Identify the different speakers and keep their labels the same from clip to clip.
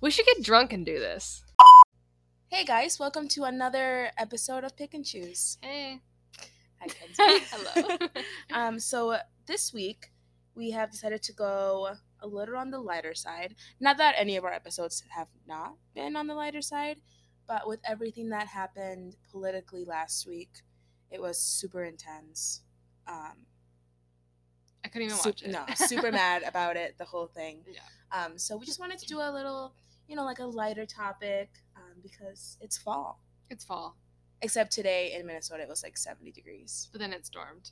Speaker 1: We should get drunk and do this.
Speaker 2: Hey guys, welcome to another episode of Pick and Choose.
Speaker 1: Hey.
Speaker 2: Hi, Kenzie.
Speaker 1: Hello.
Speaker 2: um, so this week we have decided to go a little on the lighter side. Not that any of our episodes have not been on the lighter side, but with everything that happened politically last week, it was super intense. Um,
Speaker 1: I couldn't even
Speaker 2: sup-
Speaker 1: watch it.
Speaker 2: No, super mad about it, the whole thing.
Speaker 1: Yeah.
Speaker 2: Um, so we just wanted to do a little, you know, like a lighter topic um, because it's fall.
Speaker 1: It's fall,
Speaker 2: Except today in Minnesota, it was like 70 degrees.
Speaker 1: but then it stormed.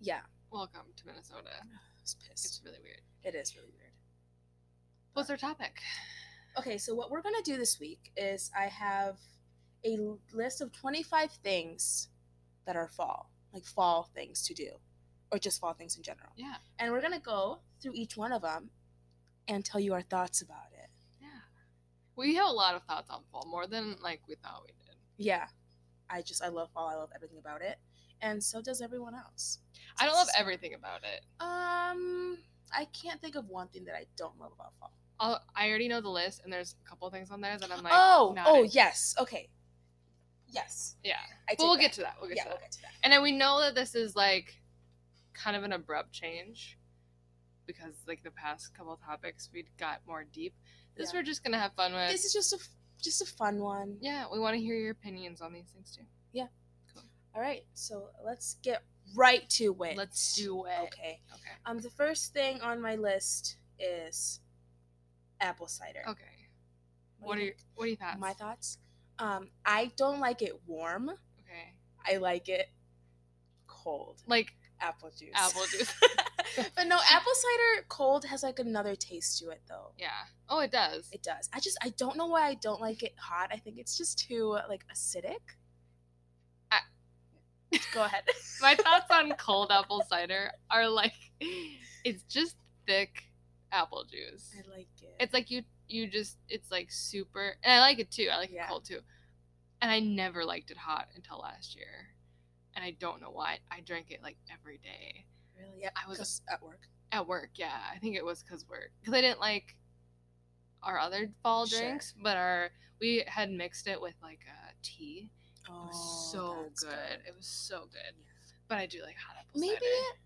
Speaker 2: Yeah,
Speaker 1: Welcome to Minnesota.
Speaker 2: I was pissed.
Speaker 1: It's really weird.
Speaker 2: It is really weird.
Speaker 1: What's our topic?
Speaker 2: Okay, so what we're gonna do this week is I have a l- list of 25 things that are fall, like fall things to do, or just fall things in general.
Speaker 1: Yeah.
Speaker 2: And we're gonna go through each one of them and tell you our thoughts about it.
Speaker 1: Yeah. We have a lot of thoughts on fall, more than like we thought we did.
Speaker 2: Yeah, I just I love fall. I love everything about it, and so does everyone else.
Speaker 1: I don't love
Speaker 2: So-
Speaker 1: everything about it.
Speaker 2: Um, I can't think of one thing that I don't love about fall.
Speaker 1: I'll, I already know the list, and there's a couple things on there that I'm like,
Speaker 2: oh,
Speaker 1: not
Speaker 2: oh
Speaker 1: in-
Speaker 2: yes, okay, yes.
Speaker 1: yeah.
Speaker 2: I
Speaker 1: But we'll
Speaker 2: take
Speaker 1: get
Speaker 2: that.
Speaker 1: to that. We'll get
Speaker 2: yeah,
Speaker 1: to
Speaker 2: we'll
Speaker 1: that.
Speaker 2: get to that.
Speaker 1: And then we know that this is like kind of an abrupt change because like the past couple topics we got more deep. This
Speaker 2: Yeah.
Speaker 1: we're just gonna have fun with.
Speaker 2: This is just a f- just a fun one.
Speaker 1: yeah, we want to hear your opinions on these things too.
Speaker 2: All right, so let's get right to it.
Speaker 1: Let's do it.
Speaker 2: Okay.
Speaker 1: Okay.
Speaker 2: Um, the first thing on my list is apple cider.
Speaker 1: Okay. What
Speaker 2: do
Speaker 1: are
Speaker 2: you
Speaker 1: your What are your
Speaker 2: think?
Speaker 1: thoughts?
Speaker 2: my thoughts? Um, I don't like it warm.
Speaker 1: Okay.
Speaker 2: I like it cold.
Speaker 1: Like
Speaker 2: Apple juice.
Speaker 1: apple juice.
Speaker 2: but no, apple cider cold has like another taste to it though.
Speaker 1: yeah. Oh, it does.
Speaker 2: It does. I just I don't know why I don't like it hot. I think it's just too like acidic.
Speaker 1: I-
Speaker 2: Go ahead.
Speaker 1: my thoughts on cold apple cider are like it's just thick apple juice.
Speaker 2: I like it.
Speaker 1: It's like you you just it's like super and I like it too. I like
Speaker 2: Yeah.
Speaker 1: it cold too. And I never liked it hot until last year. And I don't know why. I drank it like every day
Speaker 2: really yeah,
Speaker 1: I was-
Speaker 2: 'cause at work.
Speaker 1: at work. Yeah, I think it was cuz work. Cuz I didn't like our other fall
Speaker 2: Sure.
Speaker 1: drinks, but our we had mixed it with like a tea. It was so
Speaker 2: Oh, that's
Speaker 1: good. It was so good. But I do like hot apple
Speaker 2: Maybe
Speaker 1: cider.
Speaker 2: it,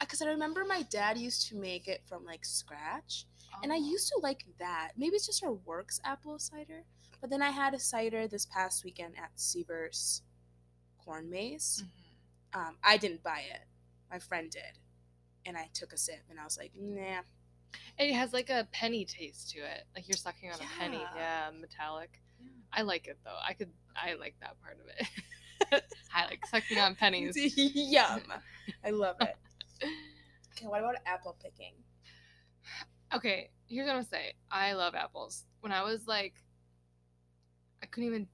Speaker 2: because I remember my dad used to make it from like scratch, and I
Speaker 1: Oh.
Speaker 2: used to like that. Maybe it's just our works apple cider. But then I had a cider this past weekend at Seaver's Corn Maze.
Speaker 1: Mhm.
Speaker 2: Um, I didn't buy it, my friend did, and I took a sip, and I was like, nah.
Speaker 1: It has like a penny taste to it. Like you're sucking on a penny. Yeah,
Speaker 2: Yeah.
Speaker 1: metallic. I like it though. I could I like that part of it. I like sucking on pennies.
Speaker 2: Yum! I love it. Okay, what about apple picking?
Speaker 1: Okay, here's what I'm gonna say. I love apples. When I was like I couldn't even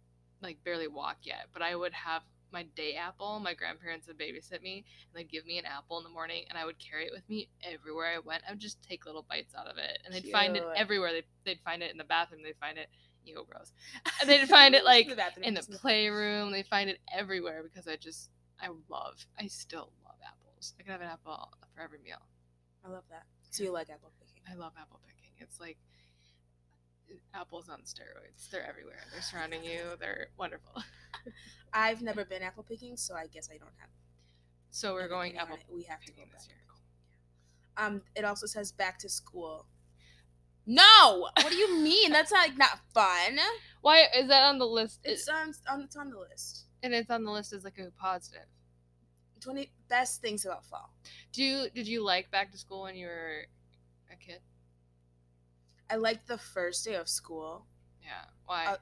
Speaker 1: like barely walk yet, but I would have my day apple. My grandparents would babysit me and they'd give me an apple in the morning and I would carry it with me everywhere I went. I would just take little bites out of it and they'd find it
Speaker 2: Cute.
Speaker 1: everywhere. They'd, they'd find it in the bathroom. They'd find it, you know, gross. And they'd find it, like,
Speaker 2: bathroom,
Speaker 1: in the
Speaker 2: just in
Speaker 1: playroom. They find it everywhere because I just I love I still love apples. I can have an apple for every meal.
Speaker 2: I love that. So you like apple picking?
Speaker 1: I love apple picking. It's like uh, apples on steroids. They're everywhere. They're surrounding you. They're wonderful.
Speaker 2: I've never been apple picking, so I guess I don't have.
Speaker 1: So we're
Speaker 2: an
Speaker 1: going
Speaker 2: opinion on
Speaker 1: apple
Speaker 2: it. We have to go
Speaker 1: picking this
Speaker 2: back.
Speaker 1: year.
Speaker 2: Um, it also says back to school. No, what do you mean? That's not like, not fun.
Speaker 1: Why is that on the list? It-
Speaker 2: It's on, on it's on the list.
Speaker 1: and it's on the list as like a positive.
Speaker 2: Twenty best things about fall.
Speaker 1: Do you, did you like back to school when you were a kid?
Speaker 2: I liked the first day of school
Speaker 1: Yeah. Why?
Speaker 2: Uh,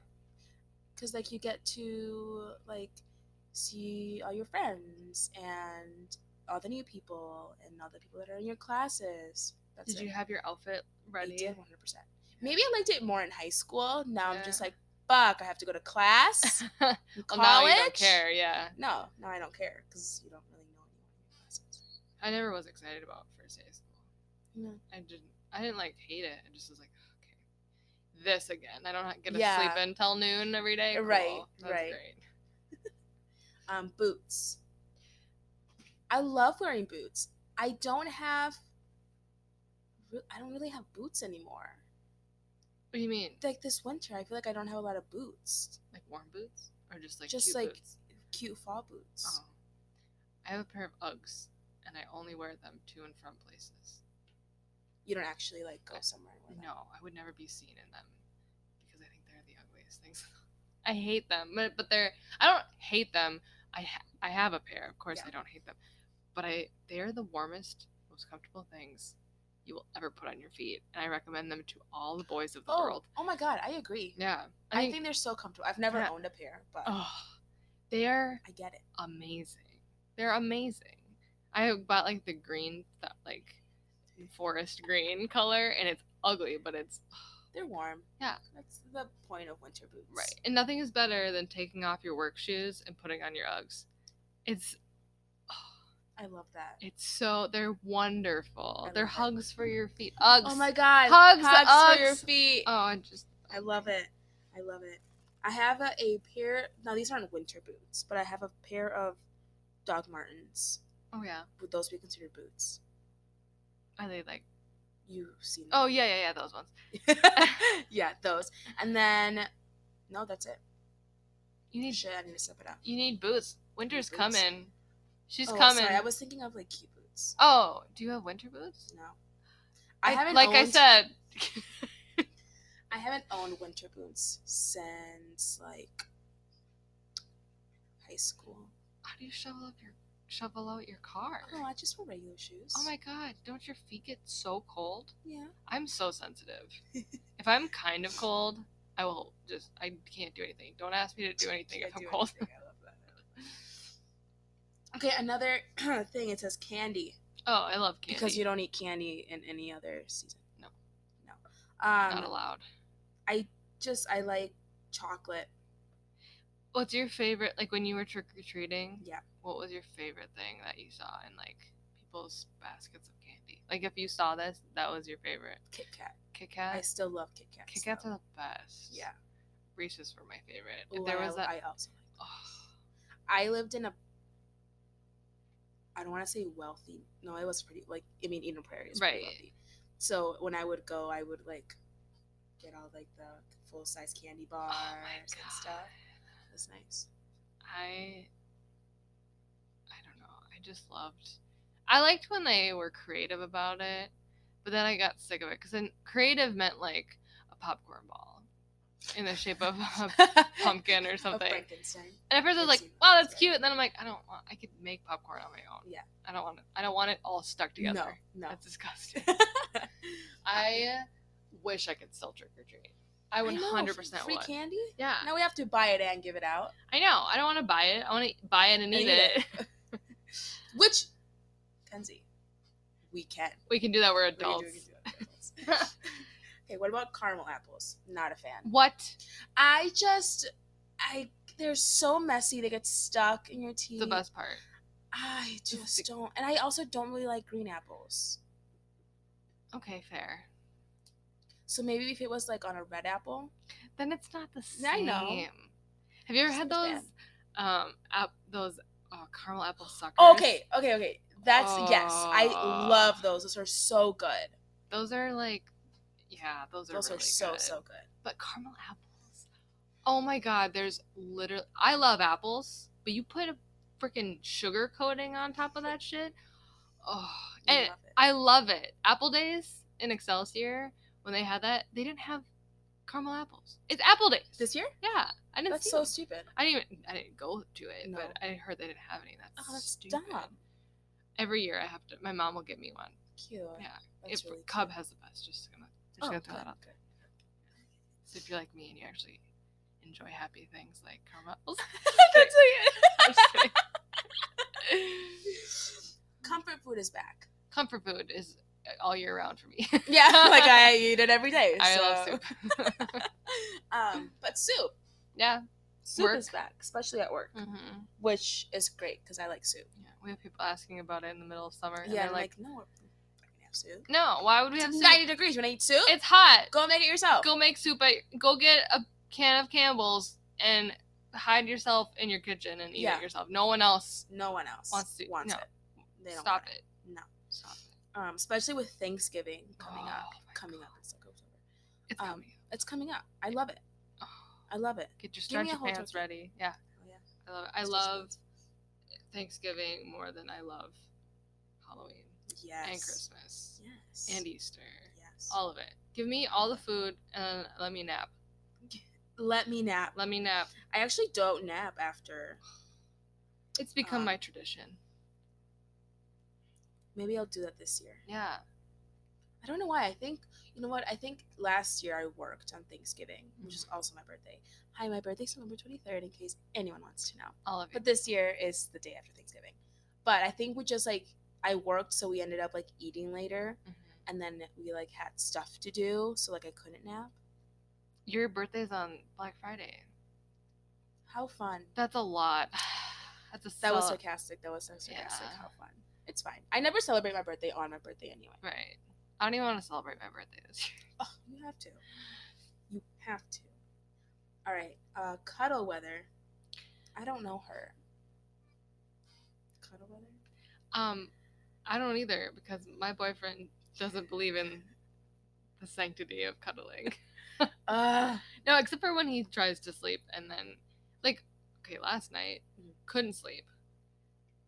Speaker 2: because like you get to like see all your friends and all the new people and all the people that are in your classes. That's
Speaker 1: did
Speaker 2: it.
Speaker 1: you have your outfit ready?
Speaker 2: I did 100%. Maybe I liked it more in high school. Now I'm just
Speaker 1: Yeah.
Speaker 2: like, fuck, I have to go to class.
Speaker 1: well,
Speaker 2: and
Speaker 1: now you don't
Speaker 2: college?
Speaker 1: care. Yeah.
Speaker 2: No, no, I don't care because you don't really know anyone in your classes.
Speaker 1: I never was excited about first day of school.
Speaker 2: No.
Speaker 1: I didn't. I didn't like hate it. I just was like, okay, this again. I don't ha- get to sleep
Speaker 2: Yeah.
Speaker 1: until noon every day. Cool.
Speaker 2: Right,
Speaker 1: That's
Speaker 2: right.
Speaker 1: Great.
Speaker 2: Um, boots. I love wearing boots. I don't have. re- I don't really have boots anymore.
Speaker 1: What do you mean?
Speaker 2: Like this winter, I feel like I don't have a lot of boots,
Speaker 1: Like warm boots, or just like
Speaker 2: Just,
Speaker 1: cute
Speaker 2: like,
Speaker 1: boots?
Speaker 2: cute fall boots.
Speaker 1: Oh. I have a pair of Uggs, and I only wear them to and from places.
Speaker 2: You don't actually like go
Speaker 1: I-
Speaker 2: somewhere. with them.
Speaker 1: No, I would never be seen in them because I think they're the ugliest things. I hate them, but, but they're I don't hate them. I ha- I have a pair. Of course,
Speaker 2: Yeah.
Speaker 1: I don't hate them, but I they are the warmest, most comfortable things you will ever put on your feet, and I recommend them to all the boys of the
Speaker 2: Oh,
Speaker 1: world.
Speaker 2: oh my god, I agree.
Speaker 1: Yeah,
Speaker 2: I think they're so comfortable. I've never
Speaker 1: Yeah.
Speaker 2: owned a pair, but
Speaker 1: oh, they are
Speaker 2: I get it.
Speaker 1: amazing. They're amazing. I bought like the green, th- like forest green color, and it's ugly, but it's
Speaker 2: They're warm.
Speaker 1: Yeah.
Speaker 2: that's the point of winter boots.
Speaker 1: Right. And nothing is better than taking off your work shoes and putting on your Uggs. It's
Speaker 2: I love that.
Speaker 1: it's so they're wonderful.
Speaker 2: I
Speaker 1: they're
Speaker 2: love it.
Speaker 1: hugs for your feet. Uggs.
Speaker 2: Oh my god,
Speaker 1: Hugs,
Speaker 2: for your
Speaker 1: Uggs.
Speaker 2: feet.
Speaker 1: Oh, I just
Speaker 2: I love it. I love it. I have a, a pair. Now these aren't winter boots, but I have a pair of Doc Martens.
Speaker 1: Oh yeah.
Speaker 2: Would those be considered boots?
Speaker 1: Are they like?
Speaker 2: You've seen?
Speaker 1: Oh yeah, yeah, yeah. Those ones.
Speaker 2: yeah. yeah, those. And then, no, that's it.
Speaker 1: You need
Speaker 2: Shit, I need to step it up.
Speaker 1: you need boots. Winter's
Speaker 2: boots.
Speaker 1: coming. She's
Speaker 2: oh,
Speaker 1: coming.
Speaker 2: Sorry, I was thinking of like cute boots.
Speaker 1: Oh, do you have winter boots?
Speaker 2: No, I haven't.
Speaker 1: Like I
Speaker 2: owned-
Speaker 1: said.
Speaker 2: I haven't owned winter boots since like high school.
Speaker 1: How do you shovel up your shovel out your car?
Speaker 2: No, Oh, I just wear regular shoes.
Speaker 1: Oh my god! Don't your feet get so cold?
Speaker 2: Yeah.
Speaker 1: I'm so sensitive. if I'm kind of cold, I will just I can't do anything. Don't ask me to do anything
Speaker 2: Can't
Speaker 1: if I'm
Speaker 2: do
Speaker 1: cold.
Speaker 2: anything. I love that. I love that. Okay, another thing. It says candy,
Speaker 1: Oh, I love candy.
Speaker 2: because you don't eat candy in any other season.
Speaker 1: No.
Speaker 2: no.
Speaker 1: not
Speaker 2: Um,
Speaker 1: allowed.
Speaker 2: just I like chocolate.
Speaker 1: What's your favorite? Like when you were trick or treating.
Speaker 2: Yeah.
Speaker 1: What was your favorite thing that you saw in like people's baskets of candy? Like if you saw this, that was your favorite.
Speaker 2: Kit Kat.
Speaker 1: Kit
Speaker 2: I
Speaker 1: Kat.
Speaker 2: still love Kit Kats.
Speaker 1: Kit Kats
Speaker 2: though.
Speaker 1: are the best.
Speaker 2: Yeah.
Speaker 1: Reese's were my favorite.
Speaker 2: Ooh,
Speaker 1: if there
Speaker 2: I,
Speaker 1: was that.
Speaker 2: I also.
Speaker 1: oh,
Speaker 2: I lived in a. I don't want to say wealthy. No, it was pretty like I mean Eden Prairie is pretty
Speaker 1: Right.
Speaker 2: wealthy. So when I would go, I would like get all like the full size candy bars
Speaker 1: oh my
Speaker 2: and
Speaker 1: god.
Speaker 2: stuff. It was nice.
Speaker 1: I I don't know. I just loved. I liked when they were creative about it, but then I got sick of it because then creative meant like a popcorn ball in the shape of a pumpkin or
Speaker 2: Of
Speaker 1: something. And
Speaker 2: Frankenstein.
Speaker 1: at first I was like,
Speaker 2: I've seen
Speaker 1: "Wow,
Speaker 2: those,
Speaker 1: that's
Speaker 2: right.
Speaker 1: cute." And then I'm like, "I don't want. I could make popcorn on my own.
Speaker 2: Yeah.
Speaker 1: I don't want. It, I don't want it all stuck together.
Speaker 2: No, no.
Speaker 1: That's disgusting. I wish I could still trick or treat. I
Speaker 2: I
Speaker 1: would
Speaker 2: know,
Speaker 1: hundred percent
Speaker 2: free
Speaker 1: would.
Speaker 2: candy.
Speaker 1: Yeah,
Speaker 2: Now we have to buy it and give it out,
Speaker 1: I know. I don't want to buy it. I want to buy it and
Speaker 2: And
Speaker 1: eat,
Speaker 2: eat
Speaker 1: it.
Speaker 2: it. which, Kenzie, we can.
Speaker 1: We can do that. We're
Speaker 2: We can do-
Speaker 1: adults.
Speaker 2: we can do it. okay, what about caramel apples? Not a fan.
Speaker 1: What?
Speaker 2: I just, I they're so messy. They get stuck in your teeth.
Speaker 1: The best part.
Speaker 2: I just
Speaker 1: the-
Speaker 2: don't, and I also don't really like green apples.
Speaker 1: Okay, fair.
Speaker 2: So maybe if it was like on a red apple,
Speaker 1: Then it's not the
Speaker 2: Yeah, I
Speaker 1: same.
Speaker 2: know.
Speaker 1: Have you ever
Speaker 2: It's
Speaker 1: had
Speaker 2: not
Speaker 1: those
Speaker 2: as
Speaker 1: um app those uh, caramel apple suckers?
Speaker 2: okay, okay, okay. That's yes, I
Speaker 1: Oh.
Speaker 2: love those. Those are so good.
Speaker 1: Those are like yeah, those are
Speaker 2: Those
Speaker 1: really
Speaker 2: are so
Speaker 1: good.
Speaker 2: so good.
Speaker 1: But caramel apples. Oh my god, there's literally I love apples, but you put a freaking sugar coating on top of that shit. Oh,
Speaker 2: I
Speaker 1: and
Speaker 2: love it.
Speaker 1: I love it. Apple Days in Excelsior when they had that, they didn't have caramel apples. It's Apple Days.
Speaker 2: This year?
Speaker 1: yeah, I didn't see
Speaker 2: That's so
Speaker 1: them.
Speaker 2: stupid.
Speaker 1: I didn't even I didn't go to it,
Speaker 2: No.
Speaker 1: but I heard they didn't have any. That's,
Speaker 2: Oh, that's
Speaker 1: stupid.
Speaker 2: dumb.
Speaker 1: Every year I have to. My mom will get me one.
Speaker 2: Cute.
Speaker 1: Yeah,
Speaker 2: That's
Speaker 1: if
Speaker 2: really
Speaker 1: Cub
Speaker 2: cute.
Speaker 1: has the best, just gonna just
Speaker 2: Oh,
Speaker 1: gonna throw
Speaker 2: good,
Speaker 1: that out there.
Speaker 2: good.
Speaker 1: So if you're like me and you actually enjoy happy things like caramel apples,
Speaker 2: That's
Speaker 1: I'm just kidding.
Speaker 2: like- Comfort food is back.
Speaker 1: comfort food is uh, all year round for me.
Speaker 2: Yeah, like I eat it every day.
Speaker 1: I
Speaker 2: so.
Speaker 1: love soup.
Speaker 2: Um, but soup,
Speaker 1: Yeah,
Speaker 2: soup
Speaker 1: Work.
Speaker 2: is back, especially at work,
Speaker 1: hmm
Speaker 2: which is great because I like soup.
Speaker 1: yeah. We have people asking about it in the middle of summer. and
Speaker 2: yeah,
Speaker 1: they're
Speaker 2: I'm
Speaker 1: like,
Speaker 2: like, no, I can have soup.
Speaker 1: no, why would we
Speaker 2: It's
Speaker 1: have
Speaker 2: 90
Speaker 1: soup?
Speaker 2: degrees when I eat soup.
Speaker 1: It's hot.
Speaker 2: go make it yourself.
Speaker 1: go make soup. I go get a can of Campbell's and hide yourself in your kitchen and eat
Speaker 2: Yeah.
Speaker 1: it yourself. No one else.
Speaker 2: No one else
Speaker 1: Wants to- no.
Speaker 2: it. They don't
Speaker 1: Stop
Speaker 2: want
Speaker 1: it.
Speaker 2: No.
Speaker 1: Stop it.
Speaker 2: Um, especially with Thanksgiving coming up,
Speaker 1: Oh my
Speaker 2: coming up. It's like October.
Speaker 1: It's
Speaker 2: Um,
Speaker 1: coming.
Speaker 2: It's coming up. I love it.
Speaker 1: Oh.
Speaker 2: I love it.
Speaker 1: Get your
Speaker 2: Give me
Speaker 1: stretchy
Speaker 2: a whole
Speaker 1: pants
Speaker 2: turkey.
Speaker 1: ready. Yeah.
Speaker 2: Oh, yeah.
Speaker 1: I love it. I
Speaker 2: Stretchy
Speaker 1: love
Speaker 2: pants.
Speaker 1: Thanksgiving more than I love Halloween
Speaker 2: Yes.
Speaker 1: and Christmas
Speaker 2: Yes.
Speaker 1: and Easter.
Speaker 2: Yes.
Speaker 1: All of it. Give me all the food and let me nap.
Speaker 2: Let me nap.
Speaker 1: Let me nap.
Speaker 2: I actually don't nap after.
Speaker 1: It's become
Speaker 2: Um,
Speaker 1: my tradition.
Speaker 2: Maybe I'll do that this year.
Speaker 1: Yeah.
Speaker 2: I don't know why. I think you know what? I think last year I worked on Thanksgiving, which is also my birthday. Hi, my birthday's November twenty third, in case anyone wants to know.
Speaker 1: All of it.
Speaker 2: But this year is the day after Thanksgiving. But I think we just like I worked, so we ended up like eating later,
Speaker 1: Mhm.
Speaker 2: and then we like had stuff to do, so like I couldn't nap.
Speaker 1: Your birthday's on Black Friday.
Speaker 2: How fun!
Speaker 1: That's a lot. That's a
Speaker 2: That was
Speaker 1: cel-
Speaker 2: sarcastic. That was so sarcastic.
Speaker 1: Yeah.
Speaker 2: How fun! It's fine. I never celebrate my birthday on my birthday anyway.
Speaker 1: right. I don't even want to celebrate my birthday this year.
Speaker 2: Oh, you have to. You have to. All right. Uh, cuddle weather. I don't know her. Cuddle weather.
Speaker 1: Um, I don't either because my boyfriend doesn't believe in the sanctity of cuddling.
Speaker 2: Uh,
Speaker 1: No, except for when he tries to sleep and then, like, okay, last night
Speaker 2: Mhm.
Speaker 1: couldn't sleep.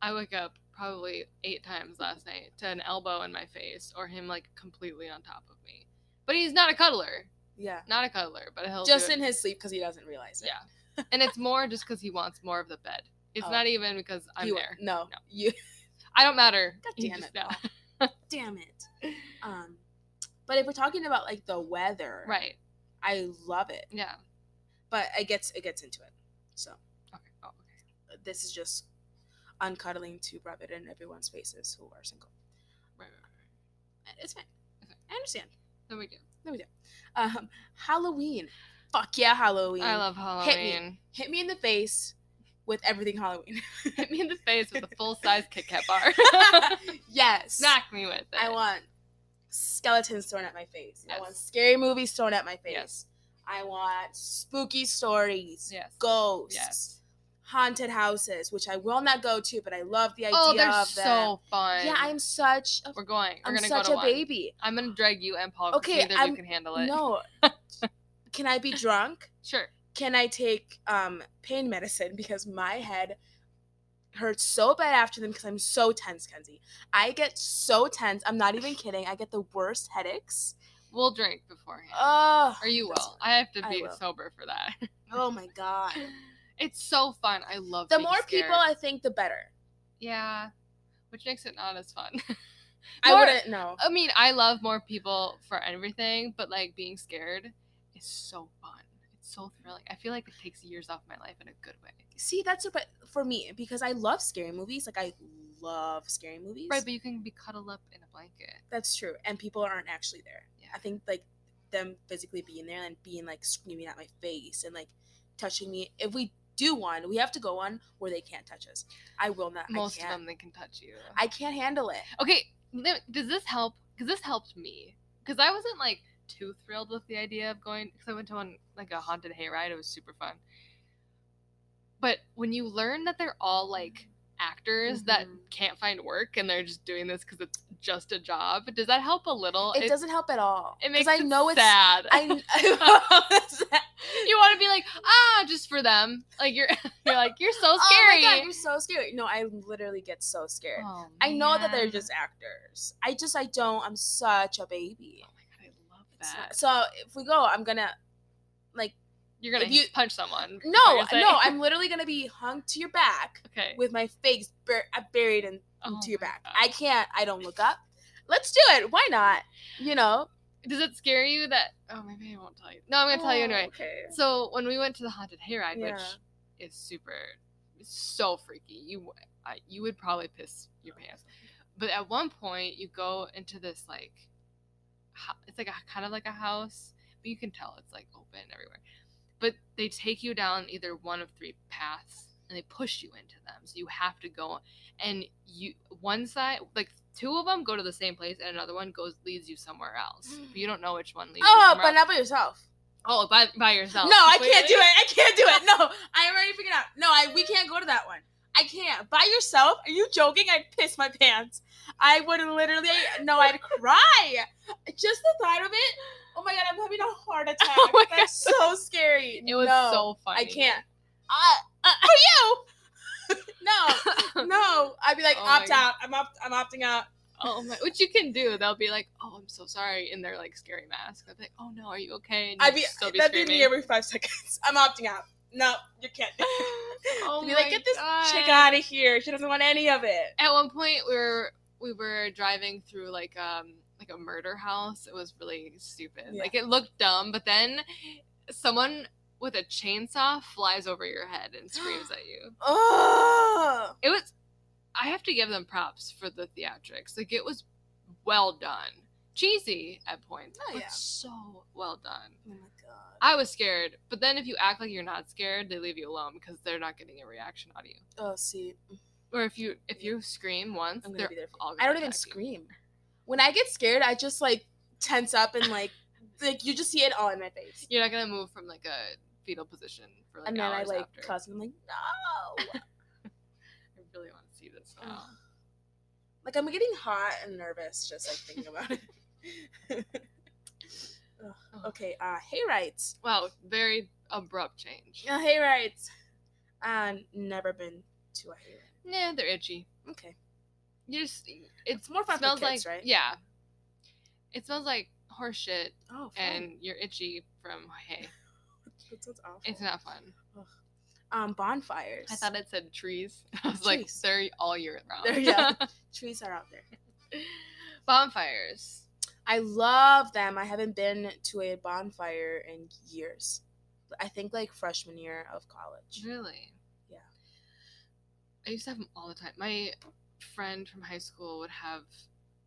Speaker 1: I wake up probably eight times last night to an elbow in my face or him like completely on top of me. But he's not a cuddler,
Speaker 2: yeah.
Speaker 1: not a cuddler, but he'll do
Speaker 2: Just
Speaker 1: it.
Speaker 2: in his sleep because he doesn't realize it.
Speaker 1: yeah, and it's more just because he wants more of the bed. It's
Speaker 2: Oh.
Speaker 1: not even because I'm
Speaker 2: You-
Speaker 1: there.
Speaker 2: No,
Speaker 1: No.
Speaker 2: You.
Speaker 1: I don't matter.
Speaker 2: God
Speaker 1: He
Speaker 2: damn
Speaker 1: just-
Speaker 2: it, Damn it. Um, but if we're talking about like the weather,
Speaker 1: Right.
Speaker 2: I love it,
Speaker 1: Yeah.
Speaker 2: but it gets it gets into it. So
Speaker 1: Okay. Oh, okay.
Speaker 2: uh, this is just uncuddling to rub it in everyone's faces who are single.
Speaker 1: Right, right, right.
Speaker 2: It's fine.
Speaker 1: Okay.
Speaker 2: I understand.
Speaker 1: Then we do.
Speaker 2: Um, Halloween. Fuck yeah, Halloween.
Speaker 1: I love Halloween.
Speaker 2: Hit me in the face with everything Halloween.
Speaker 1: Hit me. in the face with a full size Kit Kat bar.
Speaker 2: yes.
Speaker 1: Smack me with it.
Speaker 2: I want skeletons thrown at my face. I want
Speaker 1: Yes.
Speaker 2: scary movies thrown at my face.
Speaker 1: Yes.
Speaker 2: I want spooky stories,
Speaker 1: Yes.
Speaker 2: ghosts,
Speaker 1: Yes.
Speaker 2: haunted houses, which I will not go to, but I love the idea
Speaker 1: oh, they're
Speaker 2: of them.
Speaker 1: so fun.
Speaker 2: Yeah, I'm such a
Speaker 1: We're going. We're
Speaker 2: am
Speaker 1: gonna
Speaker 2: such
Speaker 1: go to
Speaker 2: a
Speaker 1: one.
Speaker 2: baby.
Speaker 1: I'm gonna drag you and Paul. 'cause
Speaker 2: Okay,
Speaker 1: Neither of
Speaker 2: I'm-
Speaker 1: you can handle it.
Speaker 2: No. Can I be drunk?
Speaker 1: Sure.
Speaker 2: can I take um, pain medicine because my head hurts so bad after them because I'm so tense, Kenzie. I get so tense. I'm not even kidding. I get the worst headaches.
Speaker 1: We'll drink beforehand.
Speaker 2: Oh,
Speaker 1: or you
Speaker 2: that's
Speaker 1: will. I have to
Speaker 2: I
Speaker 1: be
Speaker 2: will.
Speaker 1: sober for that.
Speaker 2: oh my god.
Speaker 1: it's so fun. I love.
Speaker 2: The
Speaker 1: being
Speaker 2: more
Speaker 1: scared.
Speaker 2: people, I think, the better.
Speaker 1: yeah, which makes it not as fun.
Speaker 2: I
Speaker 1: More-
Speaker 2: wouldn't know.
Speaker 1: I mean, I love more people for everything, but like being scared is so fun. It's so thrilling. I feel like it takes years off my life in a good way.
Speaker 2: See, that's a, but for me because I love scary movies. Like I love scary movies.
Speaker 1: Right, but you can be cuddled up in a blanket.
Speaker 2: that's true. And people aren't actually there.
Speaker 1: Yeah.
Speaker 2: I think like them physically being there and being like screaming at my face and like touching me. If we do one, we have to go one where they can't touch us. I will not.
Speaker 1: Most
Speaker 2: I
Speaker 1: of
Speaker 2: can't.
Speaker 1: them, they can touch you.
Speaker 2: I can't handle it.
Speaker 1: okay let- does this help because this helped me because i wasn't like too thrilled with the idea of going because i went to one like a haunted hayride it was super fun but when you learn that they're all like actors that
Speaker 2: Mhm.
Speaker 1: can't find work and they're just doing this because it's just a job does that help a little
Speaker 2: It, doesn't help at all.
Speaker 1: it
Speaker 2: 'Cause
Speaker 1: makes
Speaker 2: I know it's.
Speaker 1: sad
Speaker 2: I, I
Speaker 1: you want to be like ah just for them like you're you're like you're so
Speaker 2: Oh my god,
Speaker 1: scary Oh,
Speaker 2: you're so scary. No, I literally get so scared. I know that they're
Speaker 1: man.
Speaker 2: just actors. I just I don't. I'm such a baby.
Speaker 1: oh my god i love
Speaker 2: It's
Speaker 1: that
Speaker 2: not- So if we go, I'm gonna
Speaker 1: you're gonna
Speaker 2: if you-
Speaker 1: punch someone is what
Speaker 2: No,
Speaker 1: you're saying.
Speaker 2: no, I'm literally gonna be hung to your back
Speaker 1: okay
Speaker 2: with my face bur- uh, buried in,
Speaker 1: Oh
Speaker 2: into your
Speaker 1: my
Speaker 2: back.
Speaker 1: God.
Speaker 2: I can't. I don't look up. Let's do it. Why not? You know.
Speaker 1: Does it scare you that? Oh, maybe I won't tell you. No, I'm gonna tell you
Speaker 2: Oh,
Speaker 1: anyway.
Speaker 2: Okay.
Speaker 1: So when we went to the haunted hayride,
Speaker 2: Yeah.
Speaker 1: which is super, it's so freaky, you I, you would probably piss your pants. But at one point, you go into this like, ho- it's like a kind of like a house, but you can tell it's like open everywhere. But they take you down either one of three paths, and they push you into them, so you have to go. And you one side like. Two of them go to the same place, and another one goes leads you somewhere else. But you don't know which one leads. you
Speaker 2: Oh,
Speaker 1: somewhere
Speaker 2: but not by yourself.
Speaker 1: Oh, by, by yourself.
Speaker 2: no, I can't
Speaker 1: completely?
Speaker 2: do it. I can't do it. No, I already figured out. No, I we can't go to that one. I can't. By yourself? Are you joking? I'd piss my pants. I would literally no. I'd cry. Just the thought of it. Oh my god, I'm having a heart attack.
Speaker 1: Oh my
Speaker 2: That's so scary.
Speaker 1: It was
Speaker 2: No,
Speaker 1: so funny.
Speaker 2: I can't. Uh, uh, oh, you? no, no. I'd be like
Speaker 1: Oh my
Speaker 2: opt
Speaker 1: God.
Speaker 2: out. I'm opt. I'm opting out.
Speaker 1: oh my, which you can do. They'll be like, "Oh, I'm so sorry," in their like scary mask. I'd be like, "Oh no, are you okay?" And
Speaker 2: I'd
Speaker 1: you'd
Speaker 2: be,
Speaker 1: still
Speaker 2: that'd be me
Speaker 1: screaming.
Speaker 2: every five seconds. I'm opting out. No, you can't.
Speaker 1: Oh
Speaker 2: be like,
Speaker 1: my
Speaker 2: get this chick
Speaker 1: God.
Speaker 2: out of here. She doesn't want any of it.
Speaker 1: At one point, we were we were driving through like um like a murder house. It was really stupid.
Speaker 2: Yeah.
Speaker 1: Like it looked dumb, but then someone with a chainsaw flies over your head and screams at you.
Speaker 2: Oh,
Speaker 1: It was. I have to give them props for the theatrics. Like it was well done. Cheesy at points,
Speaker 2: Oh,
Speaker 1: but
Speaker 2: yeah.
Speaker 1: so well done.
Speaker 2: oh my god.
Speaker 1: I was scared, but then if you act like you're not scared, they leave you alone because they're not getting a reaction out of you.
Speaker 2: Oh, see,
Speaker 1: Or if you if you scream once,
Speaker 2: I'm gonna
Speaker 1: they're
Speaker 2: be there for-
Speaker 1: all.
Speaker 2: I
Speaker 1: gonna
Speaker 2: don't even
Speaker 1: attack you.
Speaker 2: scream. When I get scared, I just like tense up and like like you just see it all in my face.
Speaker 1: You're not gonna move from like a fetal position for like
Speaker 2: and then I
Speaker 1: hours
Speaker 2: like
Speaker 1: after.
Speaker 2: cuss and I'm like, no.
Speaker 1: I really want to see this
Speaker 2: Ugh.
Speaker 1: now.
Speaker 2: like I'm getting hot and nervous just like thinking about it. Ugh, okay, uh hey rights.
Speaker 1: Wow, very abrupt change.
Speaker 2: Uh, hey rights. Uh never been to a hey right.
Speaker 1: Nah, they're itchy.
Speaker 2: Okay.
Speaker 1: You just it's
Speaker 2: more fun for
Speaker 1: smells
Speaker 2: kids,
Speaker 1: like
Speaker 2: right?
Speaker 1: yeah. It smells like horse shit,
Speaker 2: Oh fun.
Speaker 1: and you're itchy from hay.
Speaker 2: that sounds awful.
Speaker 1: It's not fun.
Speaker 2: um bonfires.
Speaker 1: I thought it said trees. I was like,
Speaker 2: Trees.
Speaker 1: they're all year round.
Speaker 2: They're- yeah. trees are out there.
Speaker 1: Bonfires.
Speaker 2: I love them. I haven't been to a bonfire in years. I think like freshman year of college.
Speaker 1: Really?
Speaker 2: Yeah.
Speaker 1: I used to have them all the time. My friend from high school would have.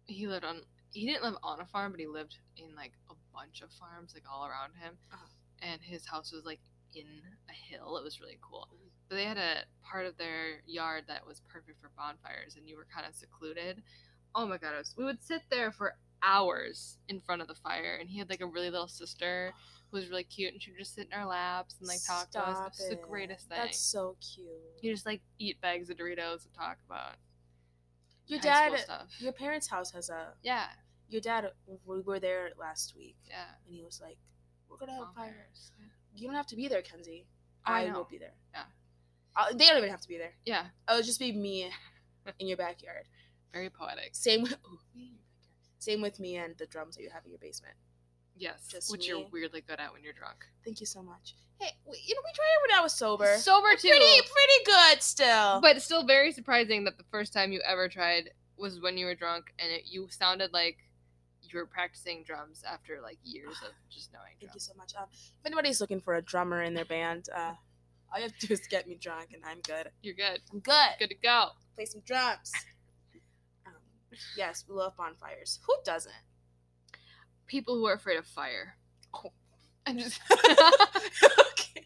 Speaker 1: He lived on. He didn't live on a farm, but he lived in like a bunch of farms, like all around him.
Speaker 2: Uh-huh.
Speaker 1: And his house was like in a hill. It was really cool. But they had a part of their yard that was perfect for bonfires, and you were kind of secluded. Oh my god, it was, we would sit there for hours in front of the fire, and he had like a really little sister who was really cute, and she would just sit in our laps and like talk to us. It was
Speaker 2: Stop
Speaker 1: the
Speaker 2: it.
Speaker 1: greatest thing.
Speaker 2: That's so cute.
Speaker 1: You just like eat bags of Doritos and talk about
Speaker 2: Your
Speaker 1: high school
Speaker 2: dad,
Speaker 1: stuff.
Speaker 2: your parents' house has a.
Speaker 1: yeah,
Speaker 2: Your dad, we were there last week,
Speaker 1: yeah.
Speaker 2: and he was like, "We're gonna have a fire.
Speaker 1: Bonfires.
Speaker 2: You don't have to be there, Kenzie.
Speaker 1: Oh, I
Speaker 2: I,
Speaker 1: know.
Speaker 2: will be there.
Speaker 1: Yeah.
Speaker 2: i they don't even have to be there.
Speaker 1: Yeah,
Speaker 2: It'll just be me in your backyard.
Speaker 1: very poetic.
Speaker 2: Same with, ooh, me in your backyard. same with me and the drums that you have in your basement.
Speaker 1: Yes,
Speaker 2: Just
Speaker 1: which
Speaker 2: me.
Speaker 1: you're weirdly good at when you're drunk.
Speaker 2: Thank you so much. Hey, we, you know we tried it when I was sober.
Speaker 1: Sober too,
Speaker 2: pretty, pretty good still.
Speaker 1: but it's still very surprising that the first time you ever tried was when you were drunk, and it, you sounded like you were practicing drums after like years of just knowing
Speaker 2: Thank you
Speaker 1: drums.
Speaker 2: so much. Um, if anybody's looking for a drummer in their band, uh, all you have to do is get me drunk, and I'm good.
Speaker 1: You're good.
Speaker 2: I'm good.
Speaker 1: Good to go.
Speaker 2: Play some drums. Um, yes, we love bonfires. Who doesn't?
Speaker 1: People who are afraid of fire.
Speaker 2: Oh.
Speaker 1: I'm just
Speaker 2: okay.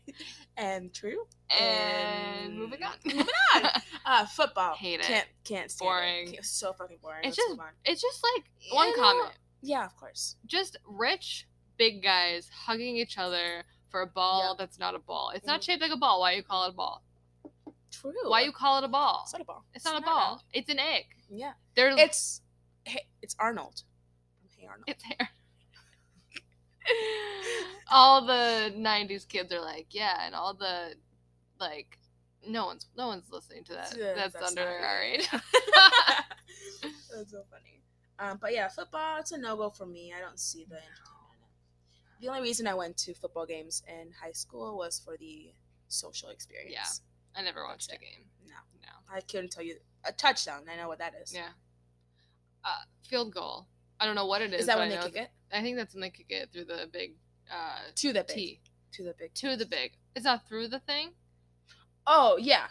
Speaker 2: And true.
Speaker 1: and moving on.
Speaker 2: Moving on. Uh, football.
Speaker 1: Hate it.
Speaker 2: Can't can't stand
Speaker 1: Boring.
Speaker 2: It. Can't- so fucking boring.
Speaker 1: It's
Speaker 2: Let's
Speaker 1: just-
Speaker 2: move on.
Speaker 1: It's just like one
Speaker 2: You know-
Speaker 1: comment.
Speaker 2: Yeah, of course.
Speaker 1: just rich big guys hugging each other for a ball
Speaker 2: Yep.
Speaker 1: that's not a ball. It's not
Speaker 2: Mhm.
Speaker 1: shaped like a ball. Why you call it a ball?
Speaker 2: True.
Speaker 1: Why you call it a ball?
Speaker 2: It's not a ball.
Speaker 1: It's not a
Speaker 2: round.
Speaker 1: ball. It's an egg.
Speaker 2: Yeah.
Speaker 1: They're it's,
Speaker 2: It's hey, it's Arnold. Hey Arnold.
Speaker 1: hair. all the '90s kids are like, yeah, and all the like, no one's no one's listening to that.
Speaker 2: Yeah,
Speaker 1: that's,
Speaker 2: that's
Speaker 1: under
Speaker 2: not-
Speaker 1: our age.
Speaker 2: That's so funny. Um, but yeah, football, it's a no go for me. I don't see the entertainment in it. The only reason I went to football games in high school was for the social experience.
Speaker 1: I never watched a
Speaker 2: That's
Speaker 1: game.
Speaker 2: No,
Speaker 1: No.
Speaker 2: I couldn't tell you. A touchdown, I know what that is.
Speaker 1: Yeah. Uh, field goal. I don't know what it is.
Speaker 2: Is that
Speaker 1: but
Speaker 2: when
Speaker 1: I
Speaker 2: they
Speaker 1: know
Speaker 2: kick it?
Speaker 1: I think that's when they kick it through the big uh,
Speaker 2: To the big.
Speaker 1: T
Speaker 2: To the big.
Speaker 1: to the big. It's not through the thing.
Speaker 2: Oh, yeah.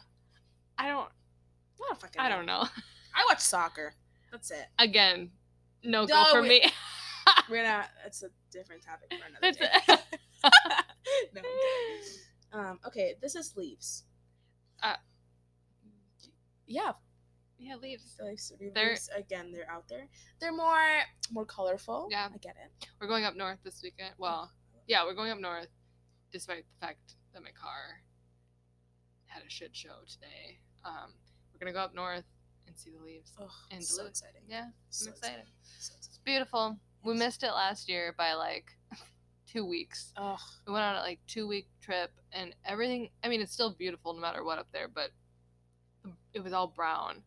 Speaker 1: I don't.
Speaker 2: What a fucking
Speaker 1: I don't know.
Speaker 2: I watch soccer. That's it.
Speaker 1: Again, no, go
Speaker 2: No,
Speaker 1: for
Speaker 2: we-
Speaker 1: me.
Speaker 2: We're not. That's a different topic for another
Speaker 1: That's
Speaker 2: day.
Speaker 1: it.
Speaker 2: no. I'm kidding. Um, okay, this is leaves.
Speaker 1: Uh,
Speaker 2: yeah,
Speaker 1: yeah, leaves.
Speaker 2: the leaves,
Speaker 1: They're-
Speaker 2: leaves again. They're out there. They're more more colorful.
Speaker 1: Yeah.
Speaker 2: I get it.
Speaker 1: We're going up north this weekend. Well, yeah, we're going up north, despite the fact that my car had a shit show today. Um, we're gonna go up north and see the leaves.
Speaker 2: Oh,
Speaker 1: And
Speaker 2: so
Speaker 1: blue.
Speaker 2: exciting.
Speaker 1: Yeah, I'm
Speaker 2: so
Speaker 1: excited.
Speaker 2: exciting, so exciting.
Speaker 1: It's beautiful. We missed it last year by like two weeks.
Speaker 2: Ugh.
Speaker 1: We went on a like two week trip and everything. I mean, it's still beautiful no matter what up there, but it was all brown.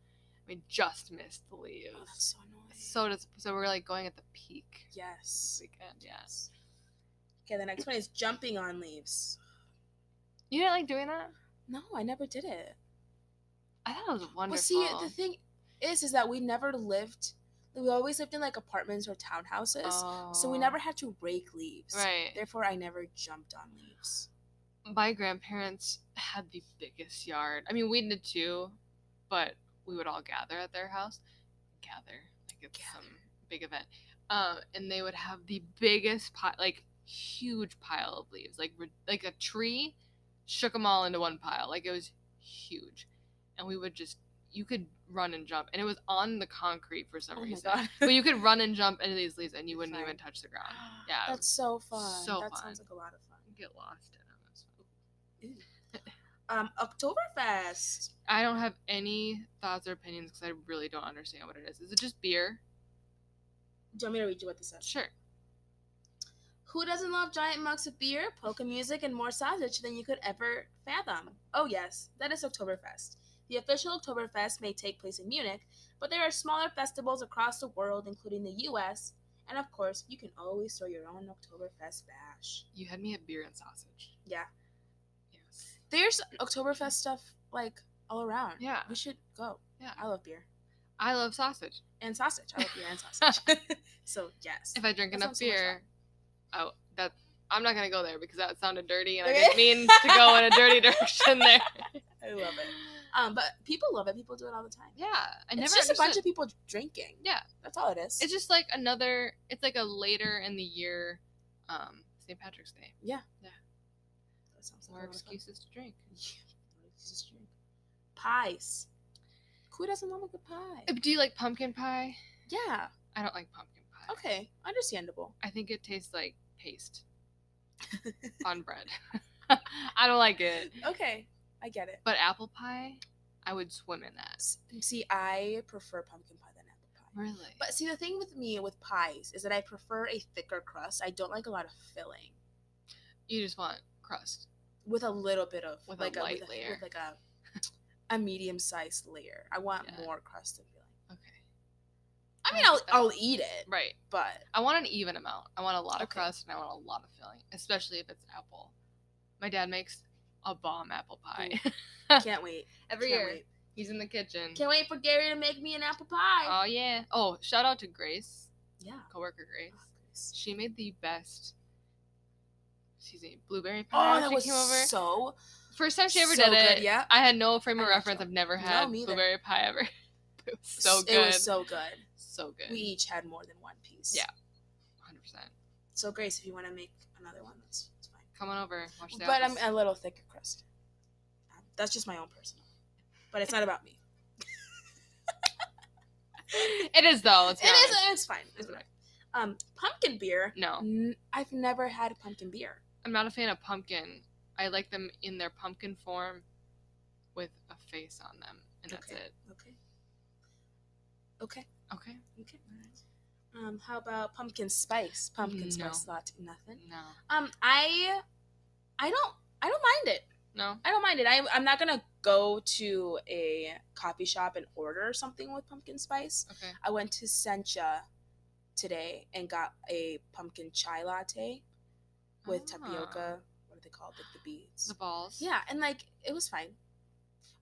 Speaker 1: We just missed the
Speaker 2: Oh,
Speaker 1: leaves.
Speaker 2: that's so annoying.
Speaker 1: So dis- so we're like going at the peak this
Speaker 2: yes.
Speaker 1: weekend. Yeah.
Speaker 2: Yes. Okay, the next one is jumping on leaves.
Speaker 1: You didn't like doing that?
Speaker 2: No, I never did it.
Speaker 1: I thought it was
Speaker 2: Well,
Speaker 1: wonderful.
Speaker 2: see, the thing is, is that we never lived. We always lived in like apartments or townhouses, so we
Speaker 1: Oh.
Speaker 2: never had to rake leaves.
Speaker 1: Right.
Speaker 2: Therefore, I never jumped on leaves.
Speaker 1: my grandparents had the biggest yard. I mean, we did too, but we would all gather at their house. Gather, like it's some
Speaker 2: Gather.
Speaker 1: big event. Um, and they would have the biggest pile, like huge pile of leaves, like re- like a tree, shook them all into one pile. Like it was huge, and we would just you could run and jump, and it was on the concrete for some
Speaker 2: Oh my
Speaker 1: reason.
Speaker 2: god.
Speaker 1: But you could run and jump into these leaves, and you wouldn't
Speaker 2: Fun.
Speaker 1: even touch the ground. Yeah, it
Speaker 2: That's so fun.
Speaker 1: so
Speaker 2: that
Speaker 1: fun.
Speaker 2: sounds like a lot of fun.
Speaker 1: would get lost in them. It was fun.
Speaker 2: Um, Oktoberfest.
Speaker 1: I don't have any thoughts or opinions because I really don't understand what it is. Is it just beer?
Speaker 2: Do you want me to read you what this says?
Speaker 1: Sure.
Speaker 2: Who doesn't love giant mugs of beer, polka music, and more sausage than you could ever fathom? Oh, yes, that is Oktoberfest. The official Oktoberfest may take place in Munich, but there are smaller festivals across the world, including the US, and of course, you can always throw your own Oktoberfest bash.
Speaker 1: You had me at beer and sausage.
Speaker 2: Yeah.
Speaker 1: Yes.
Speaker 2: There's Oktoberfest stuff like all around.
Speaker 1: Yeah.
Speaker 2: We should go.
Speaker 1: Yeah.
Speaker 2: I love beer.
Speaker 1: I love sausage.
Speaker 2: And sausage. I love beer and sausage. so, yes.
Speaker 1: If I drink
Speaker 2: That
Speaker 1: enough
Speaker 2: sounds so much
Speaker 1: beer, oh, that I'm not gonna go there because that sounded dirty, and I
Speaker 2: Okay.
Speaker 1: didn't mean to go in a dirty direction there.
Speaker 2: I love it. Um, but people love it. People do it all the time.
Speaker 1: Yeah, I never.
Speaker 2: it's just a bunch
Speaker 1: understood-
Speaker 2: of people drinking.
Speaker 1: Yeah.
Speaker 2: That's all it is.
Speaker 1: It's just like another. It's like a later in the year, um, St. Patrick's Day.
Speaker 2: That sounds like
Speaker 1: More
Speaker 2: a lot of fun.
Speaker 1: excuses to drink.
Speaker 2: More excuses to drink. Pies. Who doesn't love a good pie?
Speaker 1: Uh, Do you like pumpkin pie?
Speaker 2: Yeah.
Speaker 1: I don't like pumpkin pie.
Speaker 2: Okay. Understandable.
Speaker 1: I think it tastes like paste on bread. I don't like it.
Speaker 2: Okay. I get it.
Speaker 1: But apple pie, I would swim in that.
Speaker 2: S- See, I prefer pumpkin pie than apple pie.
Speaker 1: Really?
Speaker 2: But see, the thing with me with pies is that I prefer a thicker crust. I don't like a lot of filling
Speaker 1: you just want crust.
Speaker 2: with a little bit of
Speaker 1: With a
Speaker 2: like
Speaker 1: light
Speaker 2: with a,
Speaker 1: layer.
Speaker 2: with like a a medium sized layer. I want
Speaker 1: Yeah.
Speaker 2: more crust than filling.
Speaker 1: Okay.
Speaker 2: I mean,
Speaker 1: That's
Speaker 2: I'll
Speaker 1: better.
Speaker 2: I'll eat it,
Speaker 1: Right.
Speaker 2: but
Speaker 1: I want an even amount. I want a lot of
Speaker 2: Okay.
Speaker 1: crust and I want a lot of filling, especially if it's apple. My dad makes a bomb apple pie
Speaker 2: can't wait.
Speaker 1: every
Speaker 2: can't
Speaker 1: year.
Speaker 2: Wait.
Speaker 1: He's in the kitchen.
Speaker 2: Can't wait for Gary to make me an apple pie.
Speaker 1: Oh yeah. Oh, shout out to Grace,
Speaker 2: yeah. Oh,
Speaker 1: coworker Grace.
Speaker 2: Fuckers.
Speaker 1: She made the best. Excuse me, blueberry pie.
Speaker 2: Oh,
Speaker 1: when
Speaker 2: that
Speaker 1: she
Speaker 2: was
Speaker 1: came over.
Speaker 2: so
Speaker 1: First time she ever
Speaker 2: so
Speaker 1: did
Speaker 2: good,
Speaker 1: it.
Speaker 2: yeah.
Speaker 1: I had no frame of
Speaker 2: I got
Speaker 1: reference.
Speaker 2: you.
Speaker 1: I've never
Speaker 2: No,
Speaker 1: had
Speaker 2: me either.
Speaker 1: blueberry pie ever. it was so
Speaker 2: s-
Speaker 1: good.
Speaker 2: It was so good.
Speaker 1: So good.
Speaker 2: We each had more than one piece.
Speaker 1: Yeah. 100%.
Speaker 2: So Grace, if you want to make another one, that's, that's fine.
Speaker 1: Come on over. Watch the
Speaker 2: But I'm
Speaker 1: apples.
Speaker 2: a little thicker crust. Um, That's just my own personal. But it's not about me.
Speaker 1: It is though. Let's
Speaker 2: uh,
Speaker 1: be
Speaker 2: It is.
Speaker 1: honest.
Speaker 2: It's fine. It's
Speaker 1: It's
Speaker 2: fine. Um, pumpkin beer.
Speaker 1: No,
Speaker 2: N- I've never had pumpkin beer.
Speaker 1: I'm not a fan of pumpkin. I like them in their pumpkin form with a face on them, and that's
Speaker 2: Okay.
Speaker 1: it.
Speaker 2: Okay. Okay.
Speaker 1: Okay.
Speaker 2: Okay. All right. Um, how about pumpkin spice? Pumpkin
Speaker 1: No. Mm.
Speaker 2: spice latte. Nothing.
Speaker 1: No.
Speaker 2: Um, I, I don't, I don't mind it.
Speaker 1: No.
Speaker 2: I don't mind it. I, I'm not gonna go to a coffee shop and order something with pumpkin spice.
Speaker 1: Okay.
Speaker 2: I went to Sencha today and got a pumpkin chai latte with
Speaker 1: Ah.
Speaker 2: tapioca. What are they called? Like the beads.
Speaker 1: The balls.
Speaker 2: Yeah, and like it was fine.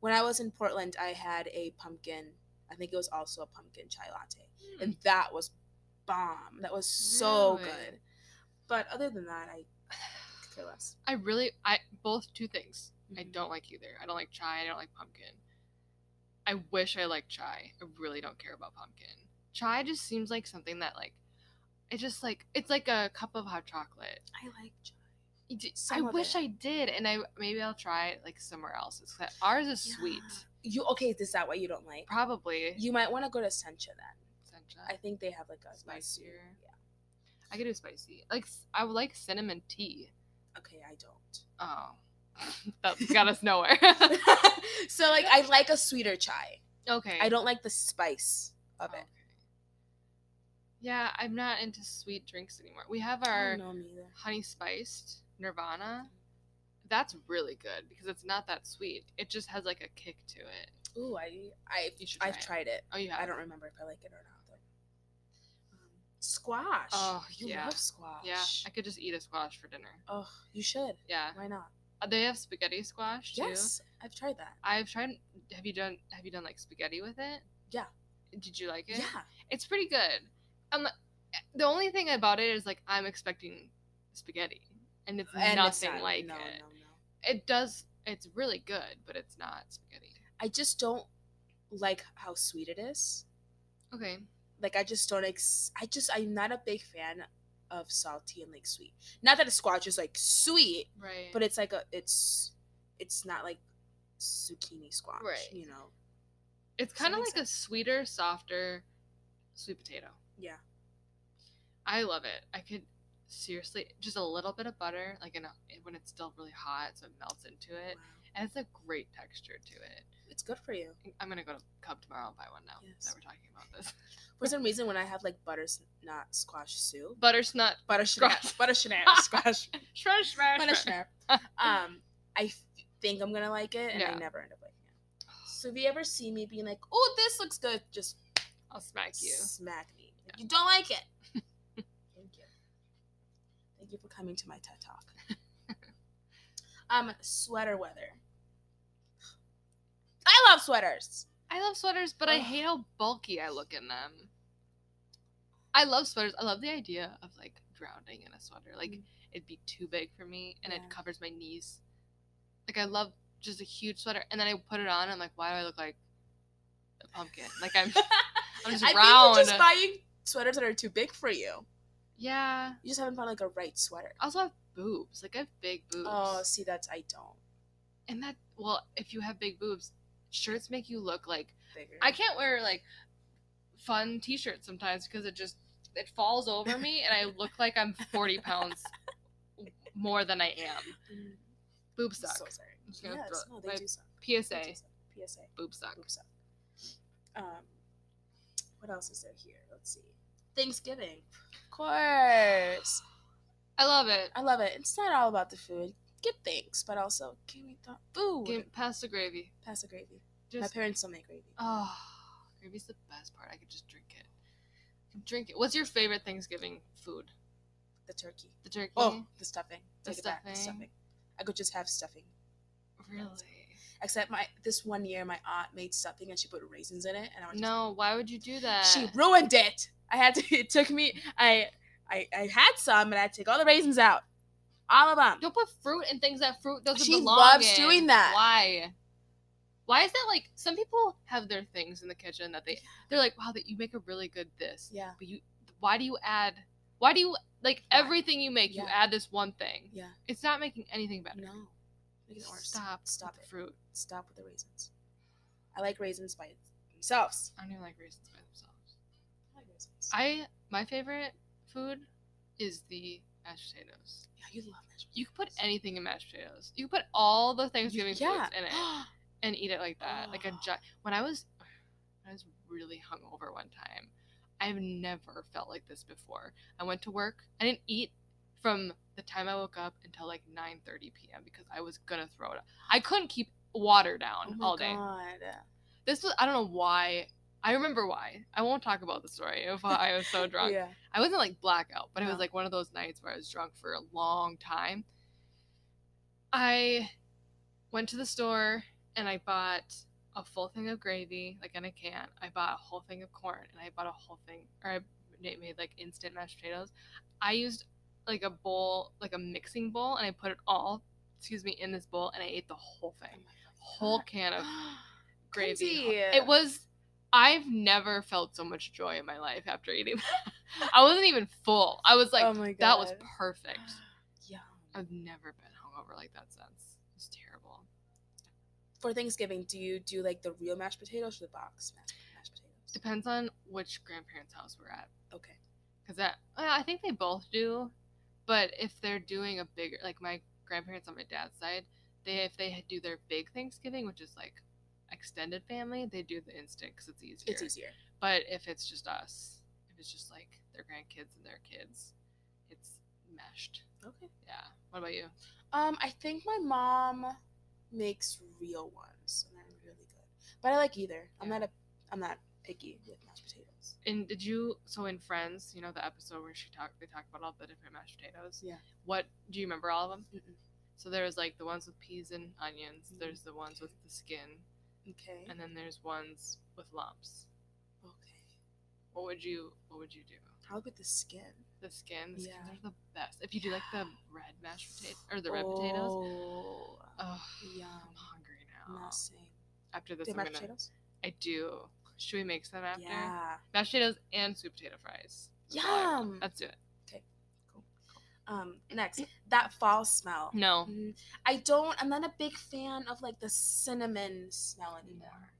Speaker 2: When I was in Portland, I had a pumpkin. I think it was also a pumpkin chai latte,
Speaker 1: Hmm.
Speaker 2: and that was bomb. That was so
Speaker 1: Really?
Speaker 2: good. But other than that, I could care less.
Speaker 1: I really, I both two things. I
Speaker 2: Mhm.
Speaker 1: don't like either. I don't like chai. I don't like pumpkin. I wish I liked chai. I really don't care about pumpkin. Chai just seems like something that like, it just like it's like a cup of hot chocolate.
Speaker 2: I like chai.
Speaker 1: You d- I
Speaker 2: Some of
Speaker 1: wish
Speaker 2: it.
Speaker 1: I did, and I maybe I'll try it like somewhere else. It's that ours is sweet,
Speaker 2: You okay? Is that what you don't like?
Speaker 1: probably.
Speaker 2: You might want to go to Sencha then.
Speaker 1: Sencha.
Speaker 2: I think they have like a
Speaker 1: Spicier.
Speaker 2: spicy.
Speaker 1: I could do spicy. Like s- I would like cinnamon tea.
Speaker 2: Okay, I don't.
Speaker 1: Oh, that got us nowhere.
Speaker 2: so like, I like a sweeter chai.
Speaker 1: okay, Oh,
Speaker 2: I don't like the spice of
Speaker 1: Okay.
Speaker 2: it.
Speaker 1: Yeah, I'm not into sweet drinks anymore. We have
Speaker 2: I
Speaker 1: our
Speaker 2: don't know me either.
Speaker 1: honey spiced Nirvana. That's really good because it's not that sweet. It just has like a kick to it.
Speaker 2: Ooh, I, I,
Speaker 1: You should
Speaker 2: I've
Speaker 1: try it.
Speaker 2: tried it.
Speaker 1: Oh, you have?
Speaker 2: I don't remember if I like it or not. Though. Um, squash.
Speaker 1: Oh,
Speaker 2: you
Speaker 1: yeah.
Speaker 2: love squash.
Speaker 1: Yeah, I Uh, could just eat a squash for dinner.
Speaker 2: oh, you should.
Speaker 1: Yeah,
Speaker 2: Why not?
Speaker 1: they have spaghetti squash too.
Speaker 2: Yes, I've tried that.
Speaker 1: I've tried. Have you done? Have you done like spaghetti with it?
Speaker 2: Yeah.
Speaker 1: Did you like it?
Speaker 2: Yeah.
Speaker 1: It's pretty good. Um, the only thing about it is like I'm expecting spaghetti, and it's
Speaker 2: And it's
Speaker 1: nothing
Speaker 2: not-
Speaker 1: like
Speaker 2: no,
Speaker 1: it.
Speaker 2: No, no.
Speaker 1: It does. It's really good, but it's not spaghetti.
Speaker 2: I just don't like how sweet it is.
Speaker 1: Okay.
Speaker 2: Like I just don't ex- I just I'm not a big fan of salty and like sweet. Not that a squash is like sweet,
Speaker 1: Right.
Speaker 2: but it's like a it's it's not like zucchini squash,
Speaker 1: Right.
Speaker 2: you know.
Speaker 1: it's
Speaker 2: does that
Speaker 1: kind of
Speaker 2: make
Speaker 1: like a sweeter, softer sweet potato.
Speaker 2: Yeah.
Speaker 1: I love it. I could seriously just a little bit of butter, like in a, when it's still really hot, so it melts into it,
Speaker 2: Wow.
Speaker 1: and it's a great texture to it.
Speaker 2: It's good for you.
Speaker 1: I'm gonna go to Cub tomorrow and buy one now
Speaker 2: Yes.
Speaker 1: that we're talking about this.
Speaker 2: For some reason when I have like butter s- not squash soup,
Speaker 1: Butternut,
Speaker 2: butter
Speaker 1: Squash.
Speaker 2: snap, butter snap, squash,
Speaker 1: shred, shred,
Speaker 2: butter
Speaker 1: shred.
Speaker 2: snap. Um I f- think I'm going to like it and I
Speaker 1: Yeah.
Speaker 2: never end up liking it. So if you ever see me being like, "Oh, this looks good," just
Speaker 1: I'll smack you.
Speaker 2: Smack me. If You don't like it. Thank you. Thank you for coming to my TED Talk. um, sweater weather. I love sweaters.
Speaker 1: I love sweaters, but I
Speaker 2: Ugh.
Speaker 1: hate how bulky I look in them. I love sweaters. I love the idea of like drowning in a sweater. Like
Speaker 2: Mm.
Speaker 1: it'd be too big for me, and
Speaker 2: Yeah.
Speaker 1: it covers my knees. Like I love just a huge sweater, and then I put it on. I'm like, why do I look like a pumpkin? Like I'm, I'm just
Speaker 2: I
Speaker 1: round.
Speaker 2: think you're just buying sweaters that are too big for you.
Speaker 1: yeah.
Speaker 2: You just haven't found like a right sweater.
Speaker 1: I also have boobs. Like I have big boobs.
Speaker 2: Oh, see, that's I don't.
Speaker 1: and that well, if you have big boobs, shirts make you look like
Speaker 2: Figure.
Speaker 1: I can't wear like fun t-shirts sometimes because it just it falls over me and I look like I'm 40 pounds more than I am.
Speaker 2: Mm,
Speaker 1: Boobs
Speaker 2: So
Speaker 1: suck.
Speaker 2: sorry.
Speaker 1: I'm just gonna
Speaker 2: Yes,
Speaker 1: throw-
Speaker 2: no, they
Speaker 1: my
Speaker 2: do suck.
Speaker 1: PSA,
Speaker 2: They do suck. PSA.
Speaker 1: boobs suck.
Speaker 2: Oops. Um, what else is there here? Let's see. Thanksgiving. Of course.
Speaker 1: I love it.
Speaker 2: I love it. It's not all about the food. Get things, but also give me the food.
Speaker 1: Give, pass the gravy.
Speaker 2: Pass the gravy.
Speaker 1: Just
Speaker 2: My parents still make gravy.
Speaker 1: oh, gravy's the best part. I could just drink it. Drink it. What's your favorite Thanksgiving food?
Speaker 2: The turkey.
Speaker 1: The turkey.
Speaker 2: Oh, the stuffing.
Speaker 1: The
Speaker 2: Take it back. The
Speaker 1: stuffing.
Speaker 2: stuffing. I could just have stuffing.
Speaker 1: really?
Speaker 2: Except my this one year, my aunt made stuffing and she put raisins in it, and I was
Speaker 1: No. Why would you do that?
Speaker 2: just, she ruined it. I had to. It took me. I I, I had some, and I had to take all the raisins out, all of them.
Speaker 1: Don't put fruit in things that fruit doesn't
Speaker 2: She
Speaker 1: belong.
Speaker 2: loves
Speaker 1: in.
Speaker 2: doing that.
Speaker 1: Why? Why is that like some people have their things in the kitchen that they they're like, wow, that you make a really good this.
Speaker 2: Yeah.
Speaker 1: But you why do you add why do you like
Speaker 2: Why?
Speaker 1: everything you make, you
Speaker 2: Yeah.
Speaker 1: add this one thing.
Speaker 2: Yeah.
Speaker 1: It's not making anything better.
Speaker 2: No. Make it orange.
Speaker 1: Uh, Stop
Speaker 2: Stop
Speaker 1: with
Speaker 2: it.
Speaker 1: the fruit.
Speaker 2: Stop with the raisins. I like raisins by themselves.
Speaker 1: I don't even like raisins by themselves.
Speaker 2: I like raisins.
Speaker 1: I my favorite food is the mashed potatoes.
Speaker 2: yeah, you love mashed
Speaker 1: You can put anything in mashed potatoes. You can put all the
Speaker 2: You-
Speaker 1: Thanksgiving foods in it. and eat it like that, like a
Speaker 2: Oh.
Speaker 1: giant. When I was, when I was really hungover one time. I've never felt like this before. I went to work. I didn't eat from the time I woke up until like 9:30 p.m. because I was gonna throw it up. I couldn't keep water down
Speaker 2: Oh my
Speaker 1: all day.
Speaker 2: God.
Speaker 1: This was I don't know why. I remember why. I won't talk about the story of how I was so drunk.
Speaker 2: Yeah.
Speaker 1: I wasn't like blackout, but it
Speaker 2: No.
Speaker 1: was like one of those nights where I was drunk for a long time. I went to the store and I bought a full thing of gravy, like in a can. I bought a whole thing of corn and I bought a whole thing, or I ma- made like instant mashed potatoes. I used like a bowl, like a mixing bowl, and I put it all, excuse me, in this bowl and I ate the whole thing. Whole can of gravy.
Speaker 2: Crazy.
Speaker 1: It was. I've never felt so much joy in my life after eating. that. I wasn't even full. I was like,
Speaker 2: Oh my
Speaker 1: that was
Speaker 2: God.
Speaker 1: perfect.
Speaker 2: Yum.
Speaker 1: I've never been hungover like that since. It's terrible.
Speaker 2: For Thanksgiving, do you do like the real mashed potatoes or the box mashed, mashed potatoes?
Speaker 1: Depends on which grandparents' house we're at,
Speaker 2: Okay.
Speaker 1: because that well, I think they both do. But if they're doing a bigger, like my grandparents on my dad's side, they if they do their big Thanksgiving, which is like extended family, they do the instant because it's easier.
Speaker 2: It's easier.
Speaker 1: But if it's just us, if is just like their grandkids and their kids. It's meshed.
Speaker 2: Okay.
Speaker 1: Yeah. What about you?
Speaker 2: Um, I think my mom makes real ones, and they're really good. But I like either. I'm
Speaker 1: Yeah.
Speaker 2: not a I'm not picky with mashed potatoes.
Speaker 1: And did you so in Friends, you know the episode where she talked they talked about all the different mashed potatoes?
Speaker 2: Yeah.
Speaker 1: What do you remember all of them?
Speaker 2: Mm-mm.
Speaker 1: So there's like the ones with peas and onions,
Speaker 2: Mm.
Speaker 1: there's the ones with the skin,
Speaker 2: Okay.
Speaker 1: and then there's ones with lumps.
Speaker 2: okay.
Speaker 1: What would you what would you do?
Speaker 2: How about the skin?
Speaker 1: The skin, the
Speaker 2: Yeah.
Speaker 1: skins are the best. If you do like the red mashed potato or the red potatoes.
Speaker 2: Oh,
Speaker 1: Oh,
Speaker 2: yum.
Speaker 1: I'm hungry now.
Speaker 2: I'm not saying.
Speaker 1: After Oh. this
Speaker 2: Do you
Speaker 1: I'm
Speaker 2: have mashed
Speaker 1: gonna
Speaker 2: potatoes?
Speaker 1: I do. Should we make some after?
Speaker 2: Yeah.
Speaker 1: Mashed potatoes and sweet potato fries. That's all I want.
Speaker 2: Yum.
Speaker 1: Let's do it.
Speaker 2: Um. Next, that fall smell.
Speaker 1: No.
Speaker 2: Mm, I don't. I'm not a big fan of like the cinnamon smell anymore.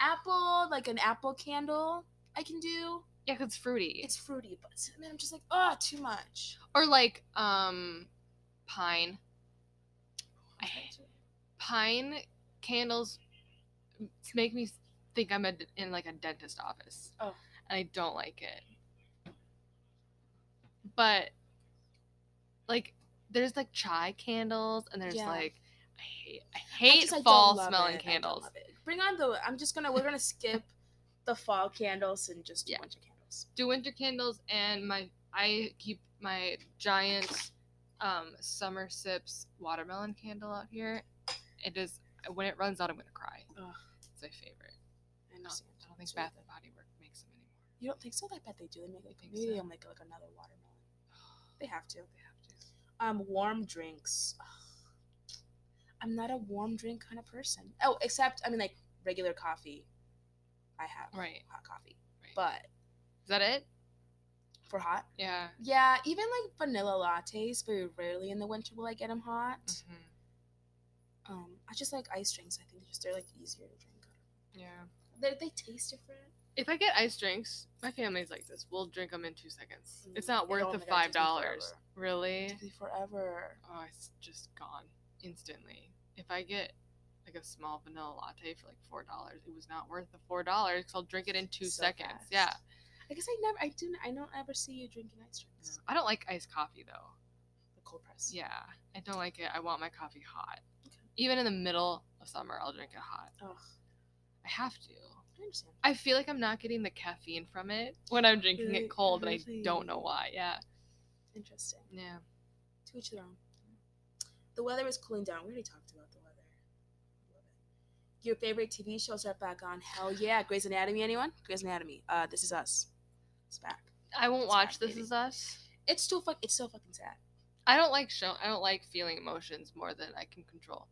Speaker 2: Apple, like an apple candle, I can do.
Speaker 1: Yeah, 'cause it's fruity.
Speaker 2: It's fruity, but cinnamon, I'm just like, oh, too much.
Speaker 1: or like um pine I hate pine candles make me think i'm a, in like a dentist office
Speaker 2: Oh.
Speaker 1: and i don't like it but like there's like chai candles and there's
Speaker 2: Yeah.
Speaker 1: like i hate i
Speaker 2: I
Speaker 1: hate
Speaker 2: just- I don't
Speaker 1: fall
Speaker 2: love
Speaker 1: smelling
Speaker 2: it. I don't
Speaker 1: candles
Speaker 2: love it. Bring on the. I'm just gonna. We're gonna skip the fall candles and just do
Speaker 1: Yeah.
Speaker 2: winter candles.
Speaker 1: do winter candles and my i keep my giant um summer sips watermelon candle out here it is when it runs out i'm gonna cry
Speaker 2: Ugh.
Speaker 1: it's my favorite
Speaker 2: I
Speaker 1: No,
Speaker 2: understand.
Speaker 1: i don't think
Speaker 2: Sweet.
Speaker 1: bath and body work makes them anymore
Speaker 2: You don't think so? I bet they do. They make like
Speaker 1: think
Speaker 2: maybe
Speaker 1: so.
Speaker 2: they'll make like another watermelon. They have to.
Speaker 1: they have to
Speaker 2: Um, warm drinks. Ugh. I'm not a warm drink kind of person. Oh, except I mean like regular coffee. I have
Speaker 1: right
Speaker 2: hot coffee,
Speaker 1: Right.
Speaker 2: but
Speaker 1: is that it
Speaker 2: for hot,
Speaker 1: yeah
Speaker 2: yeah, even like vanilla lattes. Very rarely in the winter will I get them hot.
Speaker 1: Mhm.
Speaker 2: Um, I just like ice drinks. I think they're just they're like easier to drink.
Speaker 1: yeah
Speaker 2: They they taste different.
Speaker 1: if i get ice drinks my family's like this we'll drink them in two seconds it's
Speaker 2: Mm.
Speaker 1: not
Speaker 2: Oh
Speaker 1: worth
Speaker 2: my
Speaker 1: the
Speaker 2: God, it
Speaker 1: five
Speaker 2: takes me
Speaker 1: dollars
Speaker 2: forever.
Speaker 1: really
Speaker 2: They forever.
Speaker 1: oh, it's just gone instantly. If I get like a small vanilla latte for like four dollars, it was not worth the four dollars because I'll drink it in two
Speaker 2: So
Speaker 1: seconds.
Speaker 2: fast.
Speaker 1: Yeah,
Speaker 2: I guess I never. I do. I don't ever see you drinking ice drinks.
Speaker 1: I don't like iced coffee though.
Speaker 2: The cold press.
Speaker 1: Yeah, I don't like it. I want my coffee hot.
Speaker 2: Okay.
Speaker 1: Even in the middle of summer, I'll drink it hot.
Speaker 2: Ugh.
Speaker 1: I have to.
Speaker 2: I understand.
Speaker 1: I feel like I'm not getting the caffeine from it when I'm drinking
Speaker 2: Really?
Speaker 1: it cold, and I
Speaker 2: Really?
Speaker 1: don't know why. Yeah,
Speaker 2: Interesting.
Speaker 1: yeah.
Speaker 2: To each their own. The weather is cooling down. We already talked about the weather. Love it. Your favorite TV shows are back on. Hell yeah. Grey's Anatomy, anyone? Grey's Anatomy. Uh, This Is Us. It's back.
Speaker 1: I won't
Speaker 2: It's
Speaker 1: watch
Speaker 2: back,
Speaker 1: This
Speaker 2: baby.
Speaker 1: Is Us.
Speaker 2: It's still fuck. It's so fucking sad.
Speaker 1: I don't like show. I don't like feeling emotions more than I can control.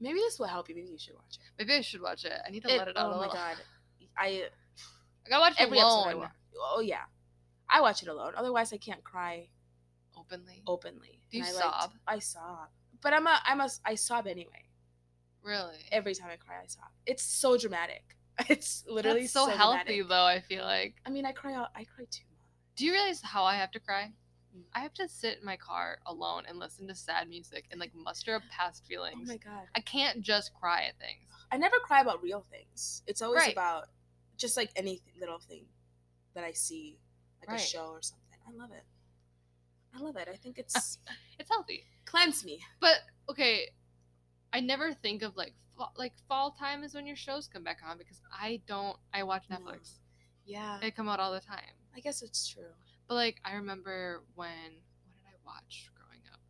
Speaker 2: Maybe this will help you. Maybe you should watch it.
Speaker 1: Maybe I should watch it. I need to
Speaker 2: It-
Speaker 1: let it out
Speaker 2: oh
Speaker 1: a
Speaker 2: my
Speaker 1: little.
Speaker 2: god. I
Speaker 1: I gotta watch it
Speaker 2: every episode I
Speaker 1: alone
Speaker 2: watch. Oh yeah. I watch it alone. Otherwise, I can't cry
Speaker 1: openly.
Speaker 2: Oh. openly.
Speaker 1: Do you
Speaker 2: And I liked-
Speaker 1: sob?
Speaker 2: I sob. But I'm a I'm a I sob anyway.
Speaker 1: Really?
Speaker 2: Every time I cry, I sob. It's so dramatic. It's literally
Speaker 1: That's so, healthy
Speaker 2: dramatic.
Speaker 1: though. I feel like.
Speaker 2: I mean, I cry out. I cry too much.
Speaker 1: Do you realize how I have to cry?
Speaker 2: Mm.
Speaker 1: I have to sit in my car alone and listen to sad music and like muster up past
Speaker 2: Oh
Speaker 1: feelings.
Speaker 2: my god.
Speaker 1: I can't just cry at things.
Speaker 2: I never cry about real things. It's always
Speaker 1: Right.
Speaker 2: about just like any little thing that I see, like
Speaker 1: Right.
Speaker 2: a show or something. I love it. I love it. I think it's
Speaker 1: It's healthy.
Speaker 2: cleanse me.
Speaker 1: But okay, I never think of like fall, like fall time is when your shows come back on because I don't. I watch
Speaker 2: No.
Speaker 1: Netflix.
Speaker 2: Yeah.
Speaker 1: They come out all the time.
Speaker 2: I guess it's true.
Speaker 1: But like I remember when what did I watch growing up?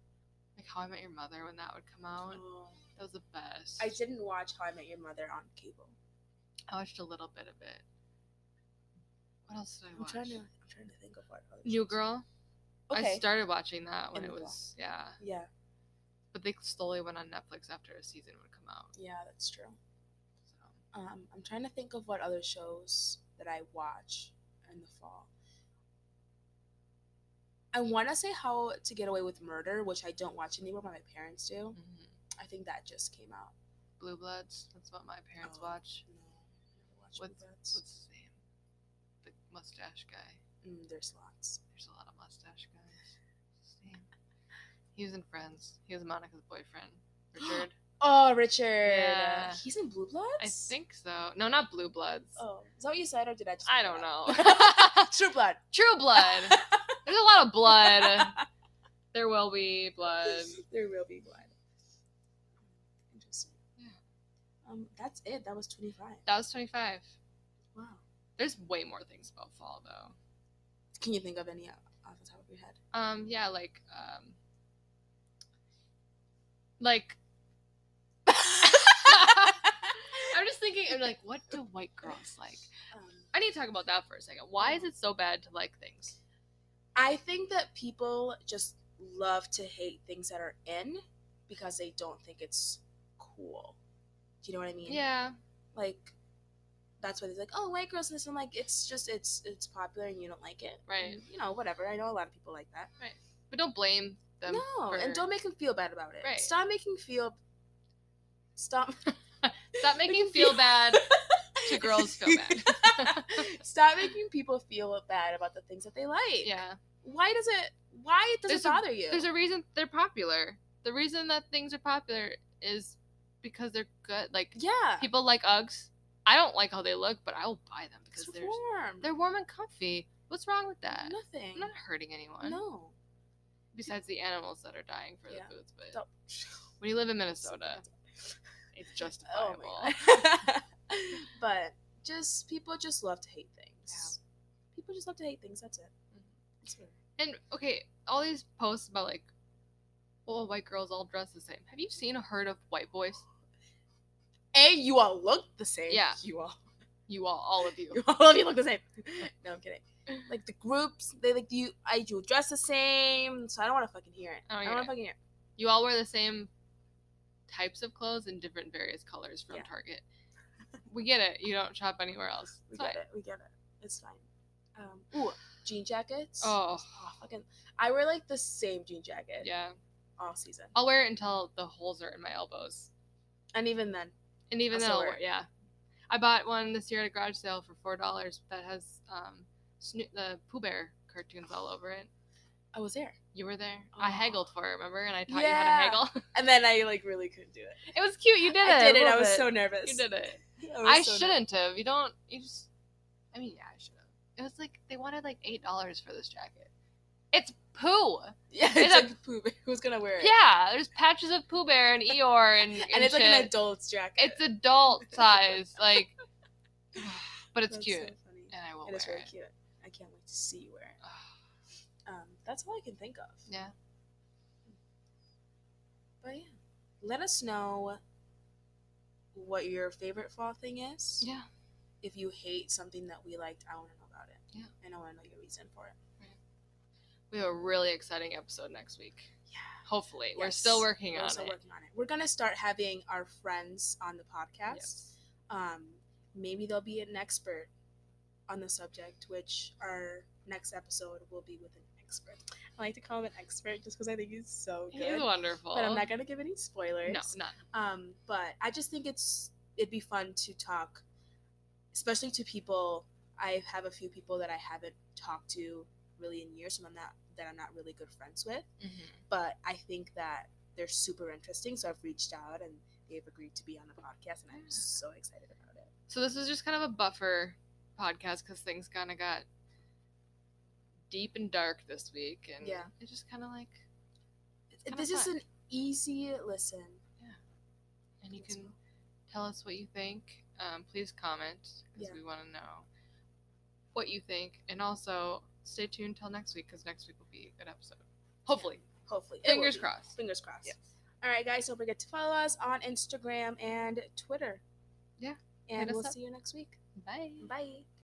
Speaker 1: Like How I Met Your Mother when that would come out.
Speaker 2: Oh.
Speaker 1: That was the best.
Speaker 2: I didn't watch How I Met Your Mother on cable.
Speaker 1: I watched a little bit of it. What else did I
Speaker 2: I'm
Speaker 1: watch?
Speaker 2: trying to. I'm trying to think of what. other
Speaker 1: New
Speaker 2: shows.
Speaker 1: Girl.
Speaker 2: Okay.
Speaker 1: I started watching that when
Speaker 2: And
Speaker 1: it
Speaker 2: New Girl.
Speaker 1: was yeah,
Speaker 2: yeah.
Speaker 1: but they slowly went on Netflix after a season would come out.
Speaker 2: Yeah, that's true.
Speaker 1: So.
Speaker 2: Um, I'm trying to think of what other shows that I watch in the fall. I want to say How to Get Away with Murder, which I don't watch anymore, but my parents
Speaker 1: Mhm.
Speaker 2: do. I think that just came out.
Speaker 1: Blue Bloods. That's what my parents
Speaker 2: Oh.
Speaker 1: watch.
Speaker 2: No, never watched
Speaker 1: What's-
Speaker 2: Rugrats.
Speaker 1: What's his name? The mustache guy.
Speaker 2: Mm, there's lots.
Speaker 1: There's a lot of mustache guys. What's his name? He was in Friends. He was Monica's boyfriend. Richard.
Speaker 2: Oh, Richard.
Speaker 1: Yeah.
Speaker 2: He's in Blue Bloods?
Speaker 1: I think so. No, not Blue Bloods.
Speaker 2: Oh, is that what you said, or did I just.
Speaker 1: I
Speaker 2: make
Speaker 1: don't
Speaker 2: that up?
Speaker 1: know.
Speaker 2: True Blood.
Speaker 1: True blood. There's a lot of blood. There will be
Speaker 2: Um,
Speaker 1: blood.
Speaker 2: there will be blood. Interesting.
Speaker 1: Yeah.
Speaker 2: Um, that's it. That was 25.
Speaker 1: That was 25.
Speaker 2: Wow.
Speaker 1: There's way more things about fall though.
Speaker 2: Can you think of any off the top of your head?
Speaker 1: Um, yeah, like um, like I'm just thinking. I'm like, what do white girls like?
Speaker 2: Um,
Speaker 1: I need to talk about that for a second. Why is it so bad to like things?
Speaker 2: I think that people just love to hate things that are in because they don't think it's cool. Do you know what I mean?
Speaker 1: Yeah,
Speaker 2: Like, that's why they're like, oh, white girls, and this. I'm like, it's just, it's it's popular and you don't like it.
Speaker 1: Right.
Speaker 2: And, you know, whatever. I know a lot of people like that.
Speaker 1: but don't blame them.
Speaker 2: no,
Speaker 1: for-
Speaker 2: and don't make them feel bad about it.
Speaker 1: Right.
Speaker 2: Stop making feel. Stop.
Speaker 1: Stop making feel bad to girls feel bad.
Speaker 2: Stop making people feel bad about the things that they like.
Speaker 1: yeah,
Speaker 2: Why does it? Why does
Speaker 1: There's
Speaker 2: it
Speaker 1: a-
Speaker 2: bother you?
Speaker 1: there's a reason they're popular. The reason that things are popular is because they're good. Like
Speaker 2: yeah.
Speaker 1: people like Uggs. I don't like how they look, but I will buy them because
Speaker 2: It's
Speaker 1: they're
Speaker 2: warm.
Speaker 1: they're warm and comfy. What's wrong with that?
Speaker 2: nothing.
Speaker 1: I'm not hurting anyone.
Speaker 2: No.
Speaker 1: Besides the animals that are dying for
Speaker 2: Yeah.
Speaker 1: the foods, but
Speaker 2: Don't-
Speaker 1: when you live in Minnesota, it's
Speaker 2: Oh
Speaker 1: justifiable.
Speaker 2: my god. but just people just love to hate things. People just love to hate things. That's it.
Speaker 1: Mhm.
Speaker 2: That's weird.
Speaker 1: And okay, all these posts about like, oh, white girls all dress the same. Have you seen a herd of white boys?
Speaker 2: A, you all look the same.
Speaker 1: Yeah.
Speaker 2: You all.
Speaker 1: You all, all of you.
Speaker 2: You all of you look the same. No, I'm kidding. Like the groups, they like you. I you dress the same, so I don't want to fucking hear it.
Speaker 1: I don't
Speaker 2: I
Speaker 1: hear
Speaker 2: don't want
Speaker 1: it.
Speaker 2: to fucking hear it.
Speaker 1: You all wear the same types of clothes in different various colors from
Speaker 2: Yeah.
Speaker 1: Target. We get it. You don't shop anywhere else.
Speaker 2: We
Speaker 1: It's fine.
Speaker 2: get it. We get it. It's fine. Um, ooh, jean jackets.
Speaker 1: Oh,
Speaker 2: Oh, fucking. I wear like the same jean jacket
Speaker 1: yeah.
Speaker 2: all season,
Speaker 1: I'll wear it until the holes are in my elbows.
Speaker 2: and even then,
Speaker 1: And even
Speaker 2: I'll
Speaker 1: then,
Speaker 2: still
Speaker 1: I'll
Speaker 2: wear
Speaker 1: wear,
Speaker 2: it.
Speaker 1: yeah. I bought one this year at a garage sale for four dollars that has um, Snoo- the Pooh Bear cartoons all over it.
Speaker 2: I was there.
Speaker 1: You were there. I
Speaker 2: Aw.
Speaker 1: haggled for it, remember? And I taught
Speaker 2: Yeah.
Speaker 1: you how to haggle.
Speaker 2: And then I like really couldn't do it.
Speaker 1: it was cute. You did it.
Speaker 2: I did it. I
Speaker 1: love
Speaker 2: was so nervous.
Speaker 1: You did it.
Speaker 2: I, was
Speaker 1: I
Speaker 2: so
Speaker 1: shouldn't have. You don't. You just. I mean, yeah, I should have. It was like they wanted like eight dollars for this jacket. It's Pooh.
Speaker 2: nervous. Yeah,
Speaker 1: It's
Speaker 2: it's
Speaker 1: a-
Speaker 2: like Pooh Bear. Who's gonna wear it?
Speaker 1: Yeah, there's patches of Pooh Bear and Eeyore and and,
Speaker 2: and it's like an
Speaker 1: shit.
Speaker 2: adult's jacket.
Speaker 1: It's adult size, like, but it's
Speaker 2: That's
Speaker 1: cute,
Speaker 2: So funny.
Speaker 1: and I will
Speaker 2: It is
Speaker 1: wear
Speaker 2: very
Speaker 1: it.
Speaker 2: cute. I can't wait to see you wear it.
Speaker 1: Ugh,
Speaker 2: Um, that's all I can think of.
Speaker 1: Yeah.
Speaker 2: But yeah, let us know what your favorite fall thing is.
Speaker 1: Yeah.
Speaker 2: If you hate something that we liked, I want to know about it.
Speaker 1: Yeah.
Speaker 2: And I want to know your reason for it.
Speaker 1: We have a really exciting episode next week.
Speaker 2: Yeah.
Speaker 1: Hopefully, we're
Speaker 2: Yes.
Speaker 1: still working
Speaker 2: We're
Speaker 1: on
Speaker 2: still
Speaker 1: it.
Speaker 2: working on it. We're gonna start having our friends on the podcast.
Speaker 1: Yes.
Speaker 2: um, maybe they'll be an expert on the subject, which our next episode will be with an expert. I like to call him an expert just because I think he's so good.
Speaker 1: He's wonderful.
Speaker 2: But I'm not gonna give any spoilers.
Speaker 1: No, not
Speaker 2: Um, but I just think it's it'd be fun to talk, especially to people. I have a few people that I haven't talked to really in years, and I'm not that I'm not really good friends with. But I think that they're super interesting, so I've reached out and they've agreed to be on the podcast, and I'm
Speaker 1: Yeah.
Speaker 2: so excited about it.
Speaker 1: So this is just kind of a buffer podcast because things kind of got deep and dark this week, and
Speaker 2: Yeah.
Speaker 1: it's just kind of like,
Speaker 2: It-
Speaker 1: kinda
Speaker 2: this is
Speaker 1: fun.
Speaker 2: an easy listen.
Speaker 1: and you
Speaker 2: It's
Speaker 1: can tell us what you think. Um, please comment because
Speaker 2: Yeah.
Speaker 1: we want to know what you think, and also stay tuned till next week because next week will be a good episode. Hopefully,
Speaker 2: Hopefully, It will
Speaker 1: fingers
Speaker 2: be.
Speaker 1: crossed.
Speaker 2: Fingers crossed.
Speaker 1: Yes.
Speaker 2: All right, guys. Don't forget to follow us on Instagram and Twitter.
Speaker 1: Yeah,
Speaker 2: And
Speaker 1: us
Speaker 2: we'll
Speaker 1: up.
Speaker 2: see you next week.
Speaker 1: Bye.
Speaker 2: Bye.